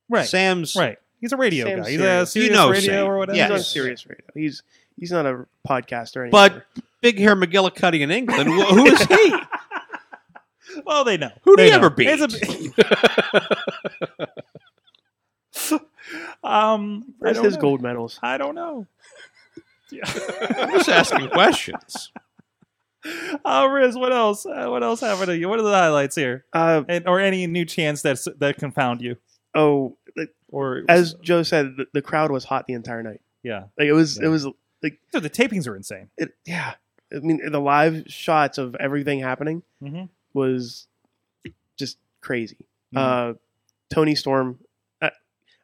Right. Sam's Right. He's a radio Sam's guy. He's a serious. serious You know radio Sam. or whatever. Yes. He's on serious radio. He's he's not a podcaster anymore. But- big hair McGillicuddy in England. Wh- Who is he? Well, they know. Who'd They he know. ever beat? It's a- um, I where's don't his know. gold medals? I don't know. I'm just asking questions. Uh, Riz, what else? Uh, what else happened to you? What are the highlights here, Uh, and or any new chance that's that confound you? oh, Or as Joe said, the, the crowd was hot the entire night. yeah, Like it was, Yeah. it was, Dude, the tapings are insane. it, yeah. I mean, the live shots of everything happening Mhm. was just crazy. Mhm. Uh, Tony Storm. I,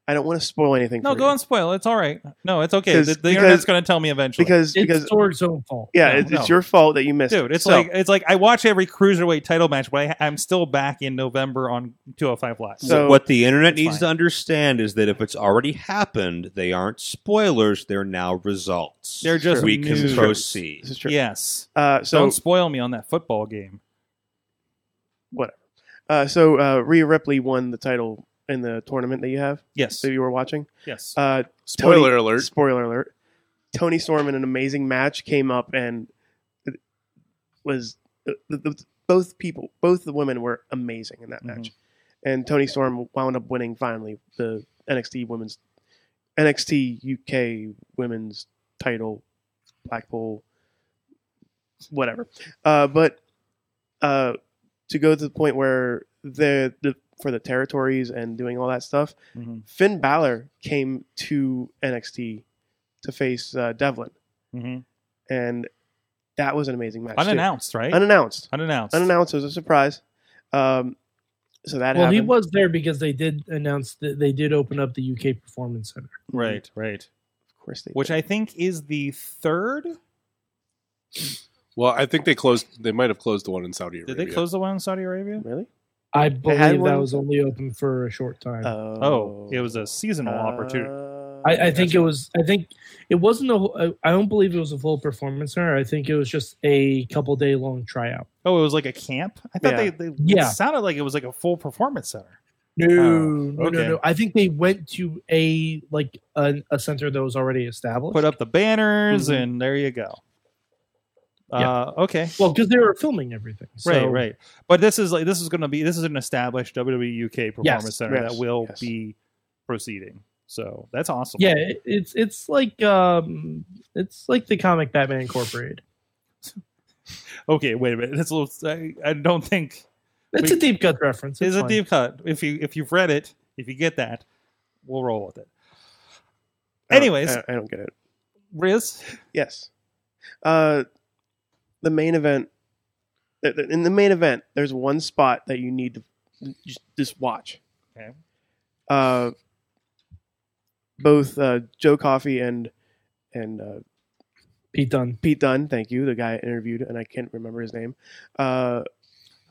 I don't want to spoil anything. No, for go you. on, spoil. It's all right. No, it's okay. 'Cause- The, the because- internet's going to tell me eventually. because It's because Sorg's own fault. yeah, no, it's, no. it's your fault that you missed. dude, it. it's So, like it's like I watch every cruiserweight title match, but I, I'm still back in November on 205 Live. So- what the internet It's needs fine. to understand is that if it's already happened, they aren't spoilers. They're now results. They're just we news. can proceed. this is true. yes. Uh, so Don't spoil me on that football game. uh, so uh, Rhea Ripley won the title in the tournament that you have Yes. that you were watching. Yes. Uh, Spoiler Tony- alert. Spoiler alert. Tony Storm in an amazing match came up and it was uh, the, the, both people, both the women were amazing in that match. And Tony Storm wound up winning finally the NXT women's NXT UK women's title, Blackpool, whatever. Uh, but uh, to go to the point where the, the for the territories and doing all that stuff, Mhm. Finn Balor came to NXT to face uh, Devlin, Mhm. and that was an amazing match. too. Unannounced, right? unannounced, Unannounced. unannounced. It was a surprise. Um, so that Well, happened. he was there because they did announce that they did open up the UK Performance Center. Right. Right. of course, they Which I think is the third. Well, I think they closed. They might have closed the one in Saudi Arabia. Did they close the one in Saudi Arabia? really. I believe that one- was only open for a short time. Oh, it Uh, was a seasonal opportunity. I, I think it was. I think it wasn't a. whole- I- I don't believe it was a full performance center. I think it was just a couple day long tryout. Oh, it was like a camp. I thought Yeah. they, they Yeah. it sounded like it was like a full performance center. No, no, okay. no, no. I think they went to a like a, a center that was already established. Uh, Put up the banners, Mhm. and there you go. Mm-hmm. Yeah. Uh, okay. well because they were filming everything. So, right, right. But this is like this is going to be this is an established WWE UK performance Yes, center yes, that will yes. be proceeding. So that's awesome. Yeah, it, it's it's like um, it's like the comic Batman Incorporated. Okay. Wait a minute. That's a little. I, I don't think It's We- a deep cut reference. it's a fine. deep cut. If you if you've read it, if you get that, we'll roll with it. I don't- Anyways. I don't, I don't get it. Riz. Yes, uh, the main event. th- th- In the main event, there's one spot that you need to just, just watch. Okay. Uh, both uh, Joe Coffey and and uh, Pete Dunn. Pete Dunn, thank you, the guy I interviewed, and I can't remember his name. Uh,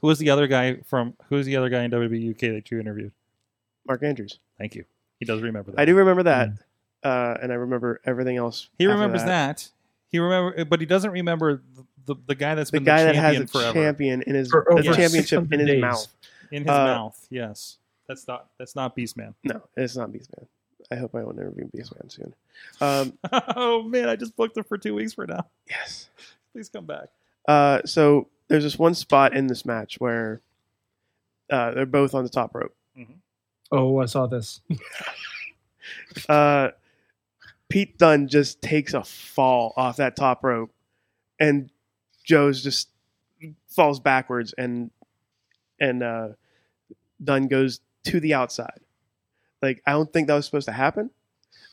Who was the other guy from? Who's the other guy in WWE UK that you interviewed? Mark Andrews. Thank you. He does remember that. I do remember that. uh, and I remember everything else. Mm-hmm. He after remembers that. He remember, but he doesn't remember the, the, the guy that's The been guy the that has champion a forever champion in his For a over championship 600 in his days. mouth. in his uh, mouth. Yes, that's not that's not Beastman. No, it's not Beastman. I hope I won't interview Beastman soon. Um, oh man, I just booked him for two weeks for now. yes. Please come back. Uh, so there's this one spot in this match where uh, they're both on the top rope. Oh, I saw this. Uh, Pete Dunn just takes a fall off that top rope, and Joe's just falls backwards, and and uh, Dunn goes to the outside. Like I don't think that was supposed to happen.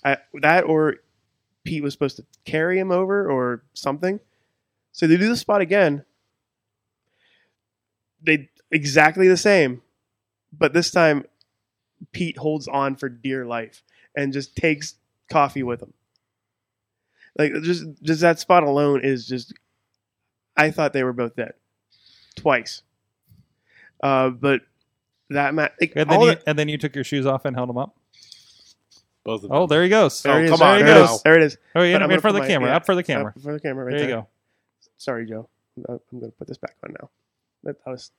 I, that or Pete was supposed to carry him over or something. So they do the spot again. They exactly the same, but this time Pete holds on for dear life and just takes coffee with him. Like just just that spot alone is just I thought they were both dead twice. Uh, but that match like, And then, all you, that- and then you took your shoes off and held them up. Both of them. Oh, there he goes. There oh, it is. come on. There There it he is. goes. There it is. Oh, yeah, But in I'm gonna for the put my- camera. yeah, Up for the camera. Up for the camera. Right there you go. Sorry, Joe. Uh, I'm going to put this back on now. That, that was.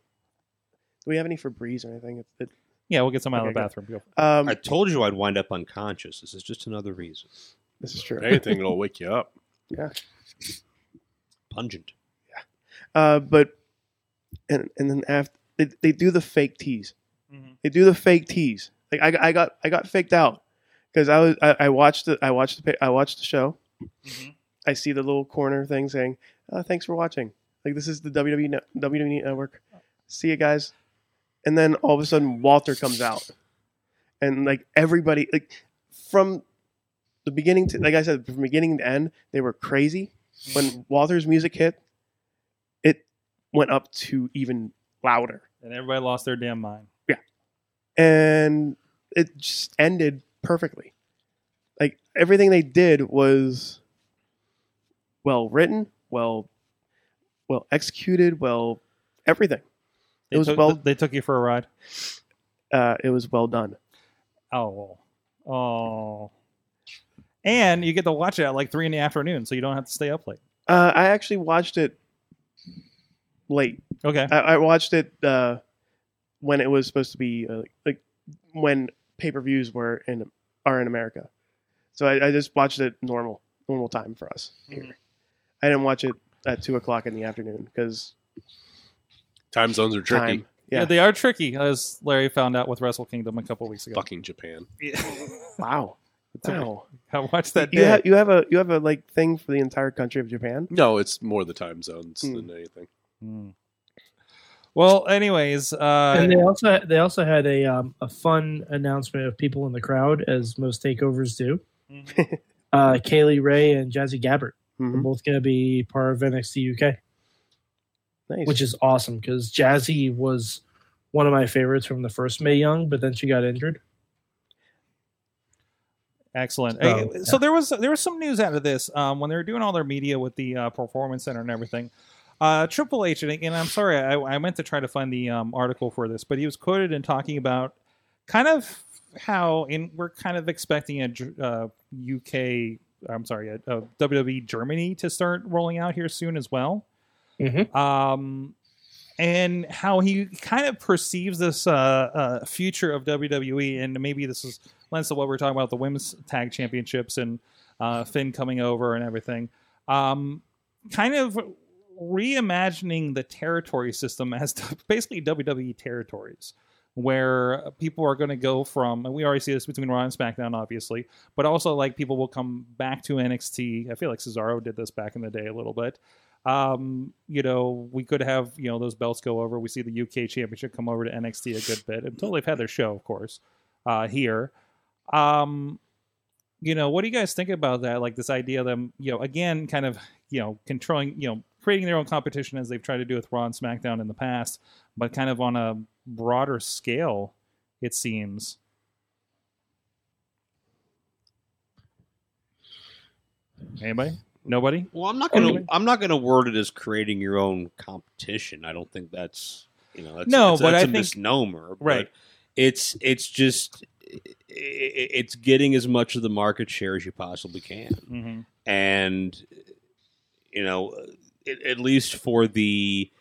Do we have any Febreze or anything? It, it, Yeah, we'll get some out of the Okay, good. bathroom. Go. um, I told you I'd wind up unconscious. This is just another reason. this is true. If anything, it'll wake you up. Pungent. Uh, but and and then after they, they do the fake tease. They do the fake tease. Like I, I got I got faked out because I was I, I watched the I watched the pa- I watched the show. I see the little corner thing saying, oh, "Thanks for watching." Like this is the WWE ne- WWE network. See you guys. And then all of a sudden Walter comes out, and like everybody like from the beginning to like I said from beginning to end they were crazy. When Walter's music hit, it went up to even louder And everybody lost their damn mind. and it just ended perfectly. Like everything they did was well written, well, well executed, well everything. They It was took, well- They took you for a ride. Uh, it was well done. Oh. Oh. And you get to watch it at like three in the afternoon, so you don't have to stay up late. Uh, I actually watched it late. Okay. I, I watched it uh, when it was supposed to be uh, like when pay per views were in are in America. So I, I just watched it normal normal time for us. Here. I didn't watch it at two o'clock in the afternoon because Time zones are tricky. time. Yeah. They are tricky, as Larry found out with Wrestle Kingdom a couple weeks ago. Fucking Japan. Wow. Wow. I watched that You day. have you have a you have a like thing for the entire country of Japan. No, it's more the time zones Hmm. than anything. Hmm. Well, anyways, uh, and they also they also had a um, a fun announcement of people in the crowd, as most takeovers do. Mm-hmm. uh, Kaylee Ray and Jazzy Gabbert are Mhm. both going to be part of NXT UK, Nice. which is awesome because Jazzy was one of my favorites from the first May Young, but then she got injured. excellent. So, Hey, So, yeah. there was there was some news out of this um, when they were doing all their media with the uh, performance center and everything. Uh, Triple H and, and I'm sorry, I, I meant to try to find the um, article for this, but he was quoted in talking about kind of how in we're kind of expecting a Ger- uh, UK, I'm sorry, a, a WWE Germany to start rolling out here soon as well. Mhm. Um, and how he kind of perceives this uh, uh, future of WWE, and maybe this is lends to what we we're talking about the women's tag championships and uh, Finn coming over and everything. Um, kind of reimagining the territory system as to basically WWE territories where people are going to go from, and we already see this between Raw and SmackDown, obviously, but also like people will come back to NXT. I feel like Cesaro did this back in the day a little bit. Um, you know, we could have you know those belts go over. We see the UK Championship come over to NXT a good bit until they've had their show, of course, uh, here. Um, you know, what do you guys think about that? Like this idea of them, you know, again, kind of you know controlling, you know, creating their own competition as they've tried to do with Raw and SmackDown in the past, but kind of on a broader scale, it seems. Anybody? Nobody? Well, I'm not gonna. I'm not gonna word it as creating your own competition. I don't think that's you know. That's, No, that's, but that's I a think- misnomer. but Right. It's it's just i- i- it's getting as much of the market share as you possibly can Mm-hmm. and you know at, at least for the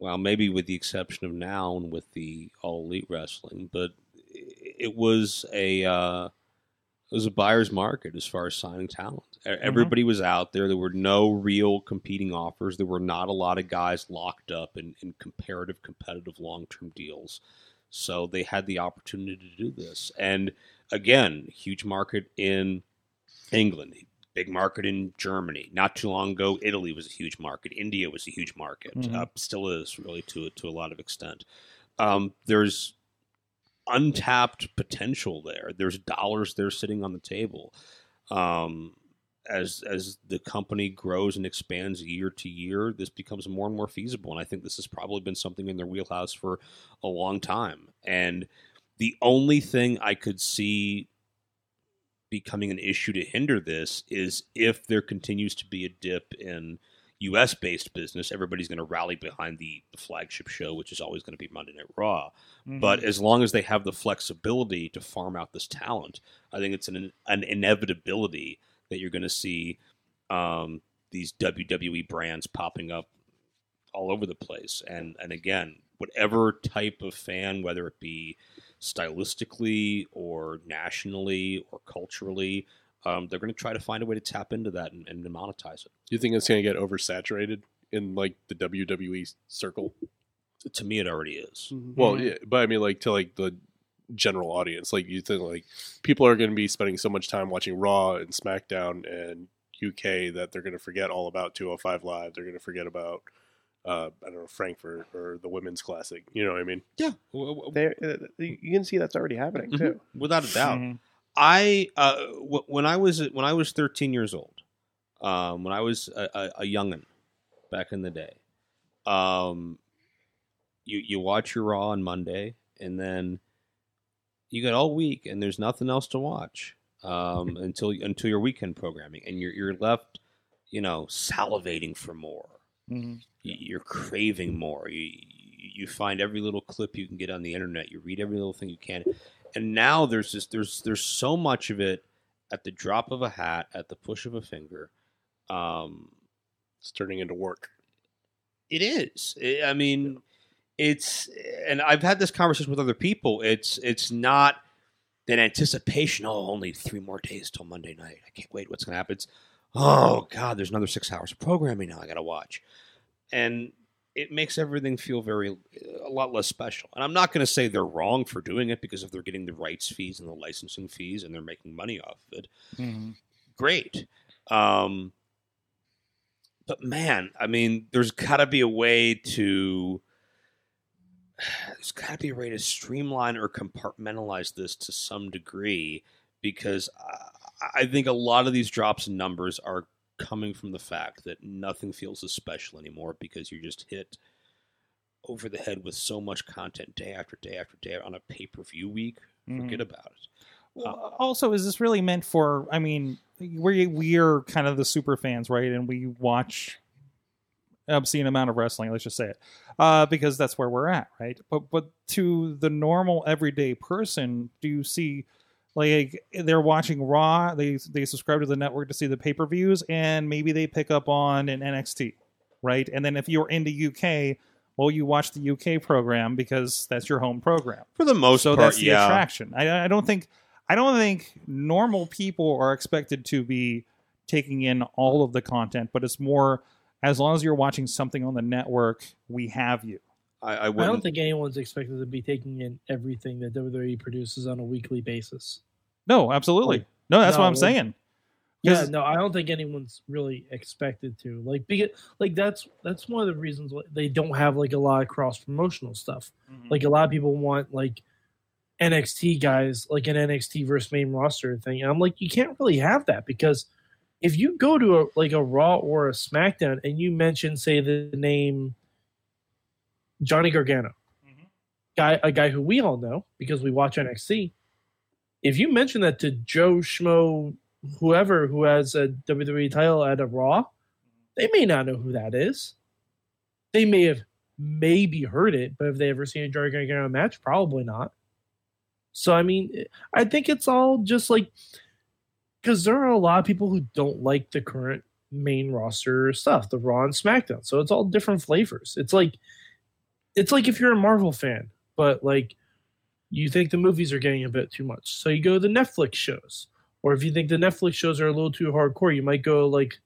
well maybe with the exception of now and with the all elite wrestling but it was a uh, it was a buyer's market as far as signing talent E- everybody was out there there were no real competing offers there were not a lot of guys locked up in, in comparative competitive long-term deals so they had the opportunity to do this and again huge market in england big market in Germany. Not too long ago, Italy was a huge market. India was a huge market. Mhm. Uh, still is really to to a lot of extent. Um, there's untapped potential there. There's dollars there sitting on the table. Um, as as the company grows and expands year to year, this becomes more and more feasible. And I think this has probably been something in their wheelhouse for a long time. And the only thing I could see becoming an issue to hinder this is if there continues to be a dip in U.S. based business, everybody's going to rally behind the, the flagship show, which is always going to be Monday Night Raw. Mm-hmm. But as long as they have the flexibility to farm out this talent, I think it's an, an inevitability that you're going to see um, these WWE brands popping up all over the place. And and again, whatever type of fan, whether it be stylistically or nationally or culturally, um, they're going to try to find a way to tap into that and, and monetize it. Do you think it's going to get oversaturated in like the WWE circle? To me, it already is. Mm-hmm. Well, yeah, but I mean, like to like the general audience, like you think like people are going to be spending so much time watching Raw and SmackDown and UK that they're going to forget all about 205 Live. They're going to forget about uh, I don't know Frankfurt or the Women's Classic. You know what I mean? Yeah, w- w- There, uh, you you can see that's already happening Mhm. too. without a doubt. Mm-hmm. I uh, w- when I was when I was 13 years old, um, when I was a, a, a youngin back in the day, um, you you watch your Raw on Monday, and then you got all week, and there's nothing else to watch um, until until your weekend programming, and you're you're left, you know, salivating for more Mm-hmm. y- you're craving more. You you find every little clip you can get on the internet. You read every little thing you can, and now there's just there's there's so much of it at the drop of a hat, at the push of a finger. Um, It's turning into work. it is. I- I mean, it's and I've had this conversation with other people. It's it's not that anticipation. Oh, only three more days till Monday night. I can't wait. What's going to happen? It's oh god, there's another six hours of programming now. I got to watch, and it makes everything feel very a lot less special. And I'm not going to say they're wrong for doing it because if they're getting the rights fees and the licensing fees and they're making money off of it, Mm-hmm. great. Um, but man, I mean, there's got to be a way to there's got to be a way to streamline or compartmentalize this to some degree because I, I think a lot of these drops in numbers are coming from the fact that nothing feels as special anymore because you're just hit over the head with so much content day after day after day on a pay-per-view week. Mm-hmm. Forget about it. Well, also, is this really meant for? I mean, we we're kind of the super fans, right? And we watch obscene amount of wrestling. Let's just say it, uh, because that's where we're at, right? But but to the normal everyday person, do you see? Like they're watching Raw, they they subscribe to the network to see the pay per views, and maybe they pick up on an NXT, right? And then if you're into UK, well, you watch the UK program because that's your home program For the most so part, that's the Oh, yeah. attraction. I, I don't think I don't think normal people are expected to be taking in all of the content, but it's more as long as you're watching something on the network, we have you. I, I I wouldn't. don't think anyone's expected to be taking in everything that WWE produces on a weekly basis. No, absolutely. No, that's what No, I'm like- saying. Yeah, 'Cause- no, I don't think anyone's really expected to. Like, because, like that's that's one of the reasons why they don't have like a lot of cross promotional stuff. Mhm. Mm-hmm. Like a lot of people want like NXT guys, like an NXT versus main roster thing. And I'm like, you can't really have that because if you go to a like a Raw or a SmackDown and you mention, say, the name Johnny Gargano, guy, a guy who we all know because we watch NXT. If you mention that to Joe Schmo, whoever who has a WWE title at a Raw, they may not know who that is. They may have maybe heard it, but have they ever seen a Johnny Gargano match? Probably not. So I mean, I think it's all just like because there are a lot of people who don't like the current main roster stuff, the Raw and SmackDown. So it's all different flavors. It's like it's like if you're a Marvel fan, but like you think the movies are getting a bit too much, so you go to the Netflix shows. Or if you think the Netflix shows are a little too hardcore, you might go like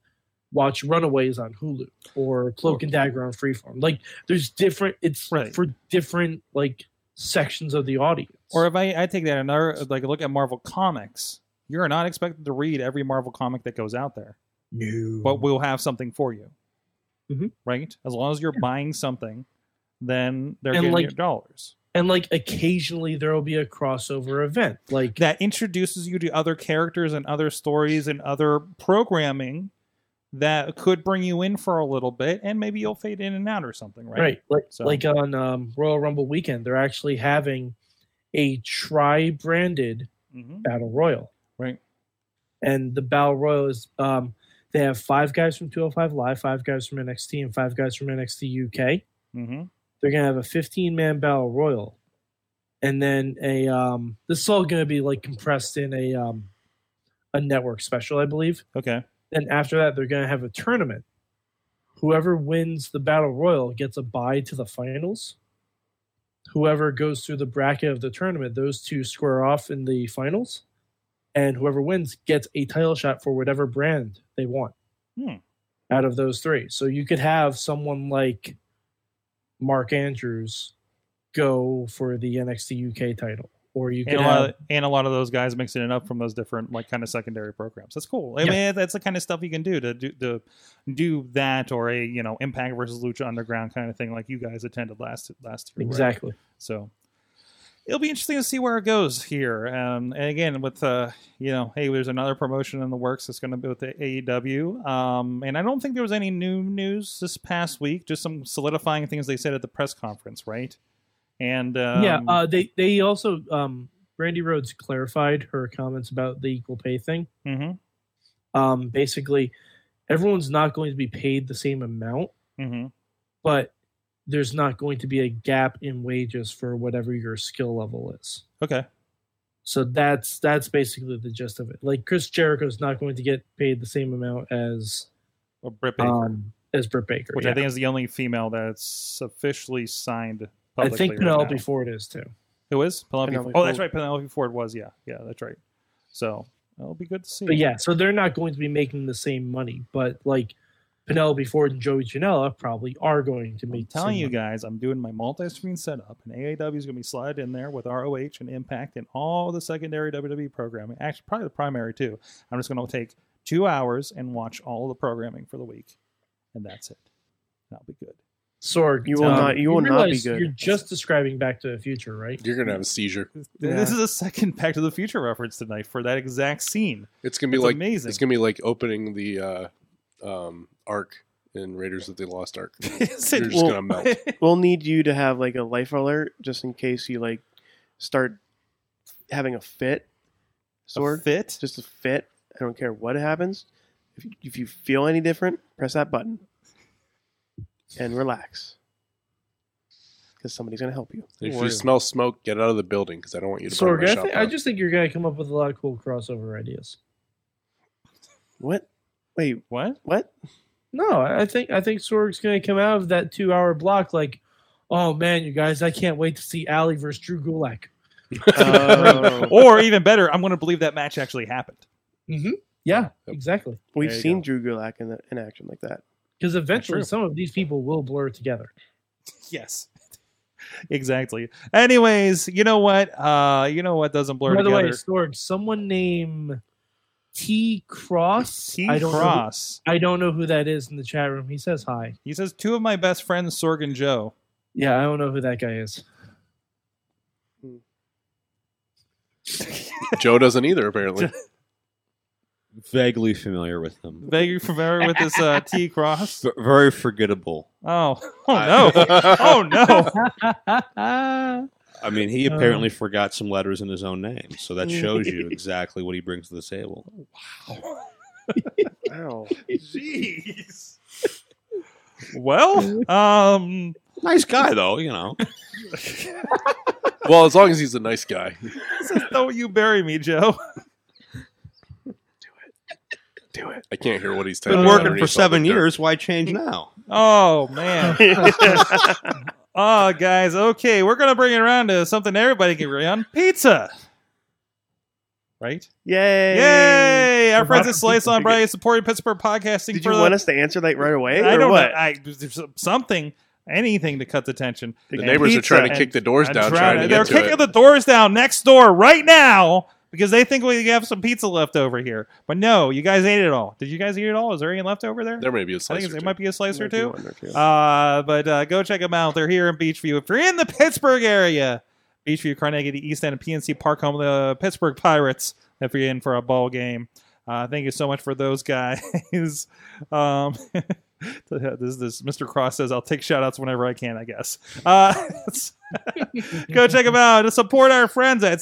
watch Runaways on Hulu or Cloak and Dagger on Freeform. Like there's different. It's Right. for different like sections of the audience. Or if I, I take that another like look at Marvel comics, you're not expected to read every Marvel comic that goes out there, new. but we'll have something for you, Mhm. right? As long as you're buying something, then they're And, getting like- your dollars. and like occasionally there will be a crossover event. Like That introduces you to other characters and other stories and other programming that could bring you in for a little bit, and maybe you'll fade in and out or something, right? right, like So- like on um, Royal Rumble weekend, they're actually having a tri-branded hmm battle royal. Right. And the battle royal is um, they have five guys from 205 Live, five guys from NXT, and five guys from NXT UK. hmm They're gonna have a 15 man battle royal, and then a um, this is all gonna be like compressed in a um, a network special, I believe. Okay. then after that they're going to have a tournament whoever wins the battle royal gets a bye to the finals whoever goes through the bracket of the tournament those two square off in the finals and whoever wins gets a title shot for whatever brand they want Hmm. out of those three so you could have someone like mark andrews go for the nxt uk title or you could and uh, a, lot have of, and a lot of those guys mixing it up from those different like kind of secondary programs. That's cool. I Yeah. mean, that's the kind of stuff you can do to do to do that or a you know Impact versus Lucha Underground kind of thing like you guys attended last last year. right? exactly So it'll be interesting to see where it goes here. Um, and again, with uh, you know, hey, there's another promotion in the works that's going to be with the AEW. Um, and I don't think there was any new news this past week. Just some solidifying things they said at the press conference, right? And um, yeah, uh, they they also um, Brandy Rhodes clarified her comments about the equal pay thing. mhm, Um, basically, everyone's not going to be paid the same amount, mhm. but there's not going to be a gap in wages for whatever your skill level is. Okay. So that's that's basically the gist of it. Like Chris Jericho's not going to get paid the same amount as Or Britt Baker. um, as Britt Baker, which yeah. I think is the only female that's officially signed. I Publicly think right Penelope now. Ford is too. Who is Penelope? Penelope Oh, that's Ford. right. Penelope Ford was. Yeah, yeah, that's right. So it'll be good to see. But yeah, so they're not going to be making the same money, but like Penelope Ford and Joey Janela probably are going to I'm make. the telling same you money. guys, I'm doing my multi-screen setup, and AAW is going to be slotted in there with ROH and Impact and all the secondary WWE programming. Actually, probably the primary too. I'm just going to take two hours and watch all the programming for the week, and that's it. That'll be good. Sorg, You will um, not. You will not be realize good. You're just describing Back to the Future, right? You're gonna have a seizure. Yeah. This is a second Back to the Future reference tonight for that exact scene. It's gonna be It's like amazing. it's gonna be like opening the uh, um, Ark in Raiders of the Lost Ark. Is You're just gonna melt. We'll need you to have like a life alert just in case you like start having a fit. A Sword, fit? just a fit. I don't care what happens. If, if you feel any different, press that button and relax because somebody's gonna help you. If Word. you smell smoke, get out of the building because I don't want you to burn my Sorg, I, shop thi- I down. just think you're gonna come up with a lot of cool crossover ideas. What? Wait, What? what? No, I I think I think Sorg's gonna come out of that two hour block like, oh man, you guys, I can't wait to see Ali versus Drew Gulak. Oh. or even better, I'm going to believe that match actually happened. Yeah, exactly. We've There you seen Drew Gulak in, the, in action like that. Because eventually, true. some of these people will blur together. Yes. exactly. Anyways, you know what? Uh, you know what doesn't blur By the way, together? Sorg, someone named T Cross. T I don't know. who- Cross. I don't know who that is in the chat room. He says hi. He says two of my best friends, Sorg and Joe. Yeah, I don't know who that guy is. Joe doesn't either apparently. Vaguely familiar with him. Very familiar with this uh, T Cross. V- very forgettable. Oh, oh no, oh no. I mean, he Uh. apparently forgot some letters in his own name, so that shows you exactly what he brings to the table. Wow. Jeez. Well, um, Nice guy, though, you know. Well, as long as he's a nice guy. says, Don't you bury me, Joe. Do it. I can't hear what he's Been typing working underneath for all seven the dirt. years. Why change now? Oh, man. Oh, guys. Okay. We're going to bring it around to something everybody can agree on pizza. Right? Yay! Yay! Our We're friends not at Slice people. on Bright supporting Pittsburgh podcasting. Did for you the- want us to answer that right away? I or don't what? know. I, something, anything to cut the tension. The And neighbors are pizza trying to and- kick the doors I'm down, trying trying to to- they're get to kicking it. the doors down next door right now because they think we have some pizza left over here. But no, you guys ate it all. Did you guys eat it all? Is there any left over there? there may be a I slice. think it's- or it two. might be a slice or Might be two. one or two. Uh, but uh, go check them out. They're here in Beachview. If you're in the Pittsburgh area, Beachview, Carnegie, East End, and PNC Park, home of the Pittsburgh Pirates, if you're in for a ball game. Uh, thank you so much for those guys. Um, this, this Mr. Cross says, I'll take shout outs whenever I can, I guess. Uh, go check them out. Support our friends at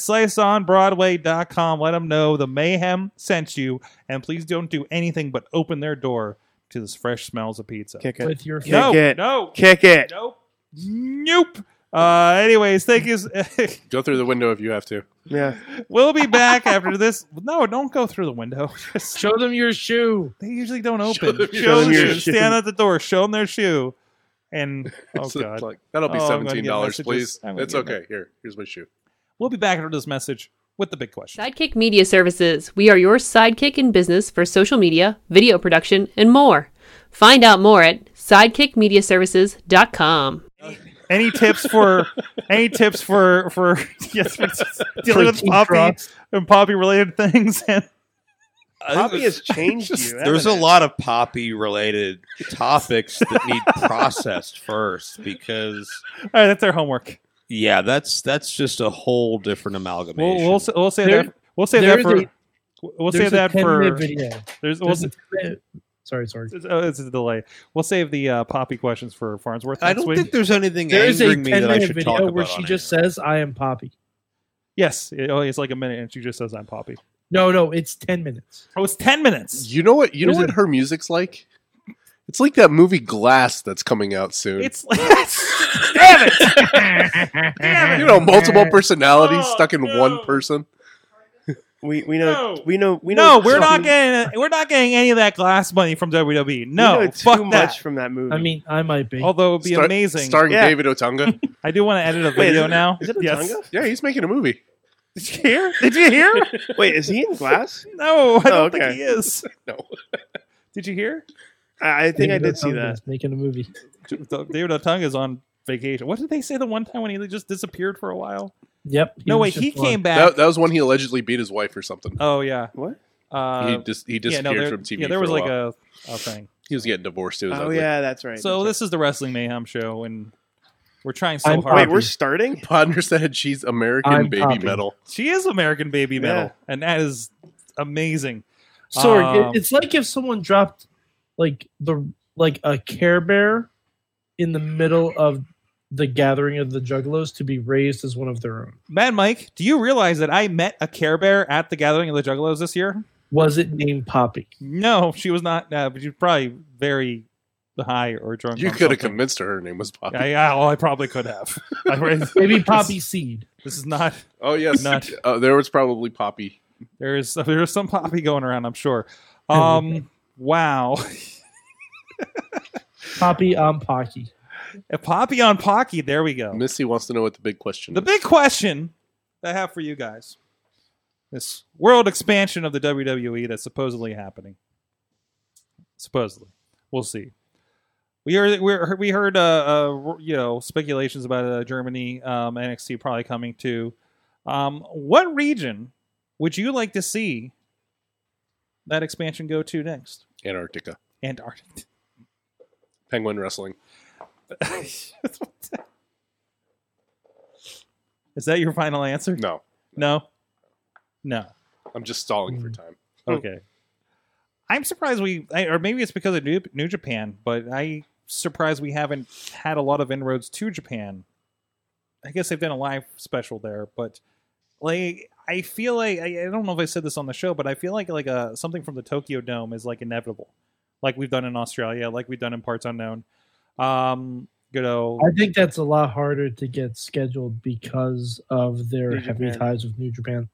sliceonbroadway.com. Let them know the mayhem sent you. And please don't do anything but open their door to the fresh smells of pizza. Kick it. with your Kick no, it. no, Kick it. nope, nope. Uh, anyways, thank you. Go through the window if you have to. Yeah. we'll be back after this. No, don't go through the window. Just- Show them your shoe. they usually don't Show open. them Show, your them shoe. your Stand at the door. Show them their shoe. And oh So, god, like, that'll be Oh, I'm gonna seventeen get dollars, messages. please. I'm gonna It's get okay. Here, here's my shoe. we'll be back after this message with the big question. Sidekick Media Services. We are your sidekick in business for social media, video production, and more. Find out more at sidekickmediaservices.com. Any tips for any tips for for yes for dealing with Protein Poppy drops. and Poppy related things? And Poppy has changed you. There's a haven't it? lot of poppy related topics that need processed first because all right, that's their homework. yeah, that's that's just a whole different We'll amalgamation. we'll, s- we'll say There- that we'll say that there's for a- we'll say There's a that 10 for minute video. there's we'll There's s- a 10 sorry, sorry. It's, oh, it's a delay. We'll save the uh, Poppy questions for Farnsworth next I don't week. think there's anything There's a angering 10 me that I minute should talk video about. where she on just air. says, I am Poppy. yes, it- oh, it's like a minute, and she just says I'm Poppy. No, no, it's 10 minutes. Oh, it's ten minutes. You know what? You know Is what her music's like. It's like that movie Glass that's coming out soon. It's damn it, damn it. you know, multiple personalities Oh, stuck in no. one person. We we know No. we know we no, know we're not too- getting we're not getting any of that glass money from WWE. we No, know too fuck much that. from that movie. I mean, I might be. Although it would be Star- amazing. Starring Yeah. David Otunga. I do want to edit a Wait, video is it- now. is it a yes. Tonga? yeah, he's making a movie. Did you hear? Did you hear? Wait, is he in glass? No, I don't Oh, think okay. he is. No. Did you hear? I, I think Maybe I did that's see how it that. is, Making a movie. David Otunga is on vacation. What did they say the one time when he just disappeared for a while? Yep. no, was wait, just he on. came back. That, that was when he allegedly beat his wife or something. oh yeah. What? Uh, he dis- he yeah, disappeared no, there, from TV. Yeah, there for was a like while. a, a thing. he was getting divorced. It was Oh ugly. yeah, that's right. So that's this is the Wrestling Mayhem show, and we're trying so I'm- hard. right. wait, we're starting. Podner said she's American I'm baby copying. metal. she is American Baby Yeah. Metal, and that is amazing. Sorry, it- Um, it's like if someone dropped like the like a Care Bear in the middle of the gathering of the Juggalos to be raised as one of their own. Mad Mike, do you realize that I met a Care Bear at the Gathering of the Juggalos this year? Was it named Poppy? No, she was not. Uh, but she was probably very high or drunk. You on could have something. convinced her her name was Poppy. I, I, well, I probably could have. I raised- Maybe Poppy Seed. This is not. Oh yes, Not- Uh, there was probably Poppy. There is there is some poppy going around. I'm sure. Um. wow. Poppy on Pocky. A poppy on Pocky. There we go. Missy wants to know what the big question. Oh. The is. big question that I have for you guys: this world expansion of the WWE that's supposedly happening. Supposedly, we'll see. We heard we heard, we heard uh, uh, you know speculations about uh, Germany um, NXT probably coming to. Um, what region would you like to see that expansion go to next? Antarctica Antarctic. penguin wrestling. Is that your final answer? No, No. No. I'm just stalling Mm. for time. Okay. I'm surprised we, I, or maybe it's because of New, New Japan, but I surprised we haven't had a lot of inroads to Japan. I guess they've done a live special there, but like I feel like I, I don't know if I said this on the show, but I feel like like uh something from the Tokyo Dome is like inevitable, like we've done in Australia, like we've done in parts unknown. Um, good old. I think that's a lot harder to get scheduled because of their New heavy Japan. ties with New Japan.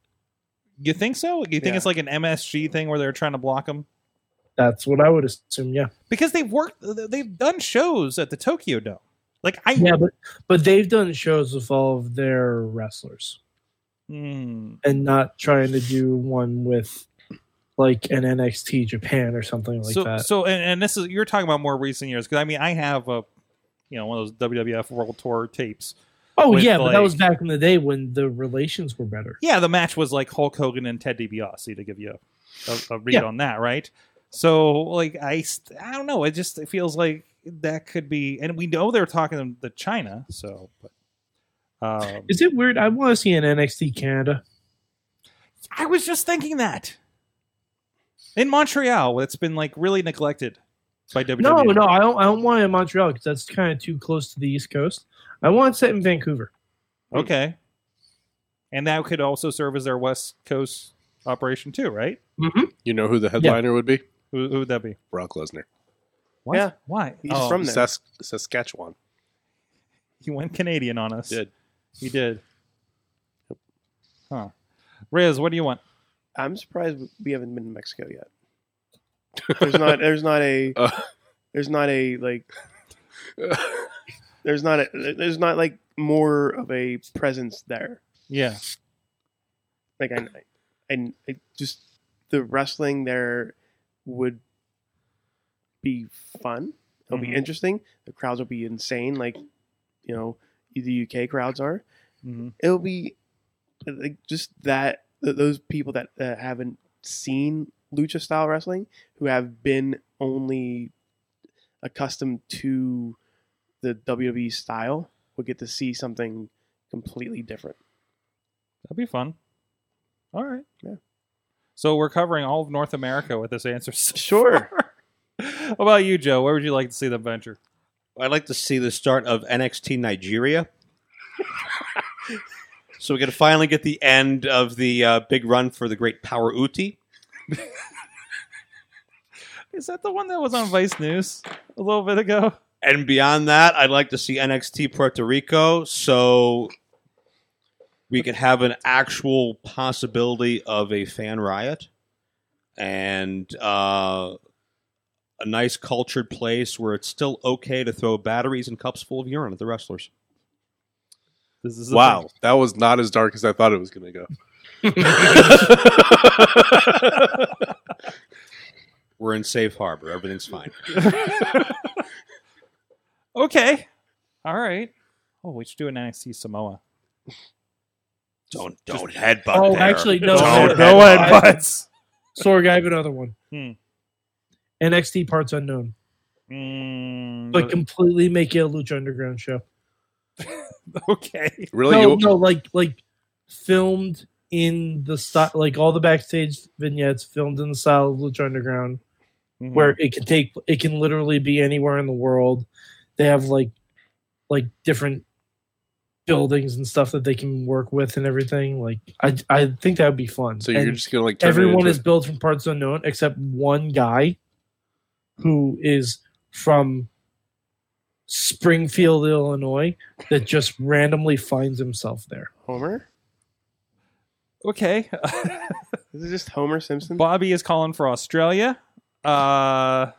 You think so? You think Yeah. it's like an MSG thing where they're trying to block them? That's what I would assume. Yeah, Because they've worked, they've done shows at the Tokyo Dome. Like I, yeah, but but they've done shows with all of their wrestlers Hmm. and not trying to do one with like an NXT Japan or something like so, that. So, and, and this is you're talking about more recent years because I mean I have a, you know, one of those WWF World Tour tapes. oh with, yeah, but that like- was back in the day when the relations were better. Yeah, the match was like Hulk Hogan and Ted DiBiase to give you a, a read Yeah. on that, right? So, like I, st- I don't know. It just it feels like that could be, and we know they're talking to China, so. But, um, Is it weird? I want to see an NXT Canada. I was just thinking that in Montreal, it's been like really neglected by E. WWE. No, no, I don't. I don't want it in Montreal because that's kind of too close to the East Coast. I want it set in Vancouver. Okay. And that could also serve as their West Coast operation too, right? You know who the headliner would be? Who, who would that be? Brock Lesnar. What? Yeah. Why? He's from there. Sask- Saskatchewan. Oh, He went Canadian on us. Did. He did. Huh. Riz, what do you want? I'm surprised we haven't been to Mexico yet. There's not. There's not a. Uh. There's not a like. There's not a. There's not like more of a presence there. Yeah. Like I, and I just the wrestling there would be fun. It'll Mhm. be interesting. The crowds will be insane. Like you know, the UK crowds are. Mhm. it'll be like just that th- those people that uh, haven't seen lucha style wrestling who have been only accustomed to the WWE style will get to see something completely different. That'd be fun. All right. Yeah. So we're covering all of North America with this answer. so Sure. far. How about you, Joe? Where would you like to see the venture? I'd like to see the start of NXT Nigeria. so we can finally get the end of the uh, big run for the great Power Uti. Is that the one that was on Vice News a little bit ago? And beyond that, I'd like to see NXT Puerto Rico so we could have an actual possibility of a fan riot and uh, a nice cultured place where it's still okay to throw batteries and cups full of urine at the wrestlers. This is the Wow, that was not as dark as I thought it was going to go. We're in safe harbor. Everything's fine. Okay. All right. Oh, we should do an NXT Samoa. Don't don't headbutt. oh, there. actually, no, Don't no, headbutt. no Sorg, I have another one. Hmm. NXT parts unknown, Mm, but completely make it a Lucha Underground show. okay. Really? You- no, no, like like filmed in the style, like all the backstage vignettes filmed in the style of Lucha Underground, Mm-hmm. where it can take, it can literally be anywhere in the world. They have like like different buildings and stuff that they can work with and everything. Like I I think that would be fun. So you're And- just going to like turn it everyone into- is built from parts unknown except one guy who is from Springfield, Illinois, that just randomly finds himself there. Homer? Okay. Is it just Homer Simpson? Bobby is calling for Australia. Uh,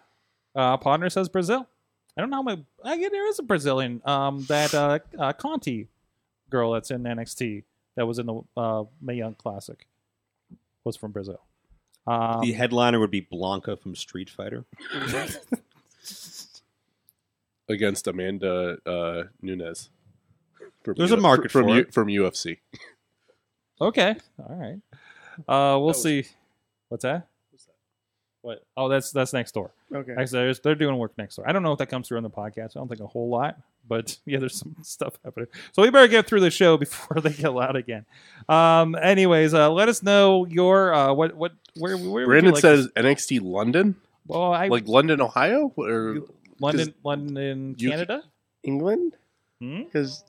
uh, partner says Brazil. I don't know how my. I get there is a Brazilian. Um, that uh, uh Conti girl that's in NXT that was in the uh Mae Young Classic was from Brazil. Um, The headliner would be Blanca from Street Fighter. against Amanda uh, Nunes. From There's a market from for U- it. from UFC. Okay. All right. Uh, we'll see. What's that? What? Oh, that's that's next door. Okay. Actually, there's- they're doing work next door. I don't know if that comes through on the podcast. I don't think a whole lot, but yeah, there's some stuff happening. So we better get through the show before they get loud again. Um. Anyways, uh, let us know your uh, what what where where would you Brandon like- says NXT London, well, I like London, Ohio, or London London you- Canada. England? Hmm? Because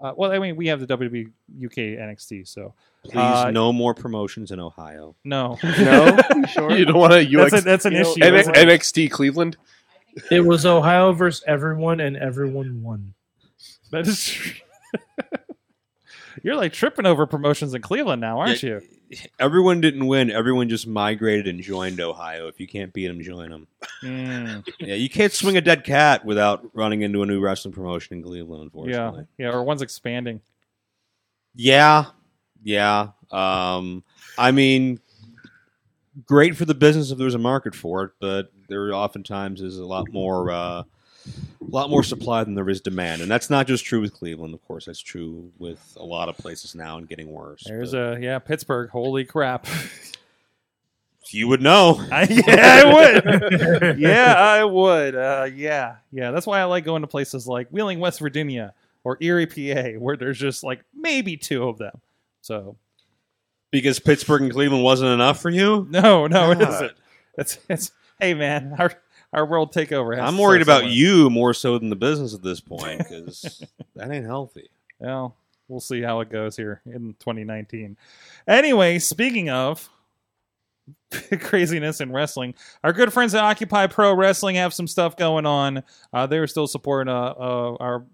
Uh, well, I mean, we have the WWE UK NXT, so Please, Uh, no more promotions in Ohio. no, no, you sure. you don't want to that's, a, UX that's an you know, issue. N- isn't it? NXT Cleveland. It was Ohio versus everyone, and everyone won. That is true. You're like tripping over promotions in Cleveland now, aren't Yeah. you? Everyone didn't win. Everyone just migrated and joined Ohio. If you can't beat them, join them. Mm, Yeah, you can't swing a dead cat without running into a new wrestling promotion in Cleveland, yeah, unfortunately. yeah, or one's expanding. Yeah. Yeah. Um, I mean, great for the business if there's a market for it, but there oftentimes is a lot more. Uh, a lot more supply than there is demand, and that's not just true with Cleveland. Of course, that's true with a lot of places now, and getting worse. There's but a yeah, Pittsburgh. Holy crap! you would know. I, yeah, I would. yeah, I would. Uh, yeah, yeah. That's why I like going to places like Wheeling, West Virginia, or Erie, PA, where there's just like maybe two of them. So Because Pittsburgh and Cleveland wasn't enough for you? no, no, it God. isn't. It's it's. Hey, man, our our world takeover. Has I'm to worried start about somewhere. you more so than the business at this point because that ain't healthy. Well, we'll see how it goes here in 2019. Anyway, speaking of craziness in wrestling, our good friends at Occupy Pro Wrestling have some stuff going on. Uh, they're still supporting uh, uh, our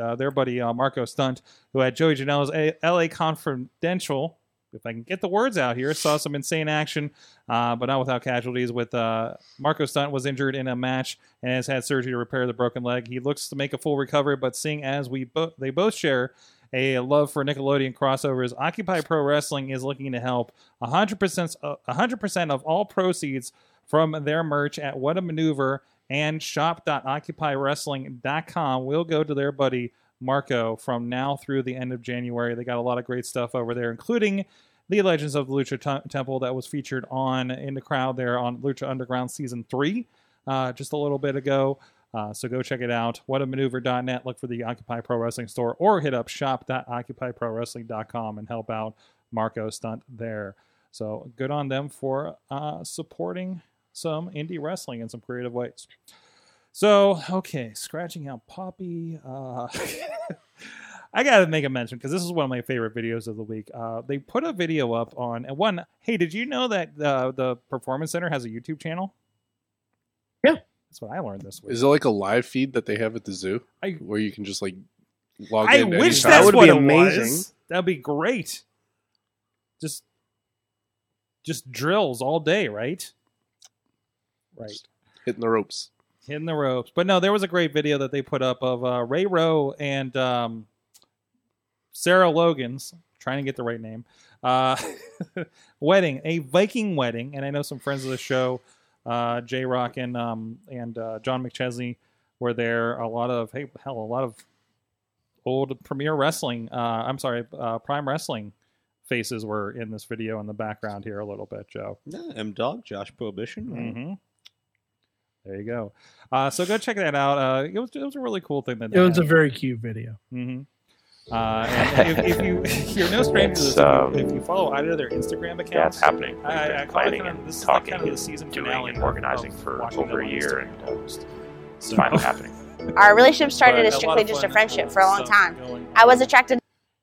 uh, their buddy uh, Marco Stunt, who had Joey Janela's A- LA Confidential. If I can get the words out here, saw some insane action, uh, but not without casualties. With uh, Marco Stunt was injured in a match and has had surgery to repair the broken leg. He looks to make a full recovery, but seeing as we bo- they both share a love for Nickelodeon crossovers, Occupy Pro Wrestling is looking to help 100% uh, 100% of all proceeds from their merch at What a Maneuver and shop.occupywrestling.com will go to their buddy Marco from now through the end of January. They got a lot of great stuff over there, including the Legends of the Lucha Tem- Temple that was featured on in the crowd there on Lucha Underground season three uh, just a little bit ago. Uh, so go check it out. Whatamaneuver.net. Look for the Occupy Pro Wrestling store or hit up shop.occupyprowrestling.com and help out Marco Stunt there. So good on them for uh, supporting some indie wrestling in some creative ways. So, okay, scratching out Poppy. Uh, I got to make a mention because this is one of my favorite videos of the week. Uh, they put a video up on, and one, hey, did you know that uh, the Performance Center has a YouTube channel? Yeah. That's what I learned this week. Is it like a live feed that they have at the zoo I- where you can just like log I in? to wish anytime? that's That would what be it amazing. was. That'd be great. Just, just drills all day, right? Right. hitting the ropes. Hitting the ropes. But no, there was a great video that they put up of uh, Ray Rowe and um, Sarah Logan's, trying to get the right name, uh, wedding, a Viking wedding. And I know some friends of the show, uh, J Rock and, um, and uh, John McChesney, were there. A lot of, hey, hell, a lot of old Premier Wrestling, uh, I'm sorry, uh, Prime Wrestling faces were in this video in the background here a little bit, Joe. Yeah, M Dog, Josh Prohibition. Mm-hmm. There you go. Uh, so go check that out. Uh, it was it was a really cool thing that It was a very cute video. hmm Uh, and if, if you you're no stranger to this, if It's, you- um, if you follow either of their Instagram Yeah, it's accounts, happening. We've I- I- I been kinda planning found and this is like talking kind of the and season finale doing and of- organizing of for watching over a Dylan's year, Instagram and post. it's finally happening. Our relationship started But as a lot strictly of just fun a friendship for a long stuff time. going I was on attracted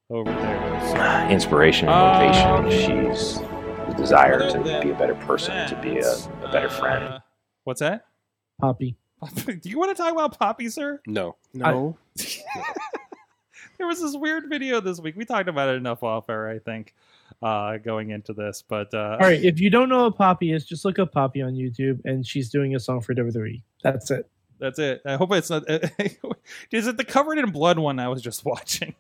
over there. So- Inspiration Um, and motivation. She's the desire other to than be a better person, to be a, that, a better friend. uh, what's that? Poppy. Do you want to talk about Poppy, sir? No. No. there was this weird video this week. We talked about it enough off air, I think, uh, going into this. But uh, All right, if you don't know what Poppy is, just look up Poppy on YouTube, and she's doing a song for WWE. That's it. that's it. I hope it's not. is it the covered in blood one I was just watching?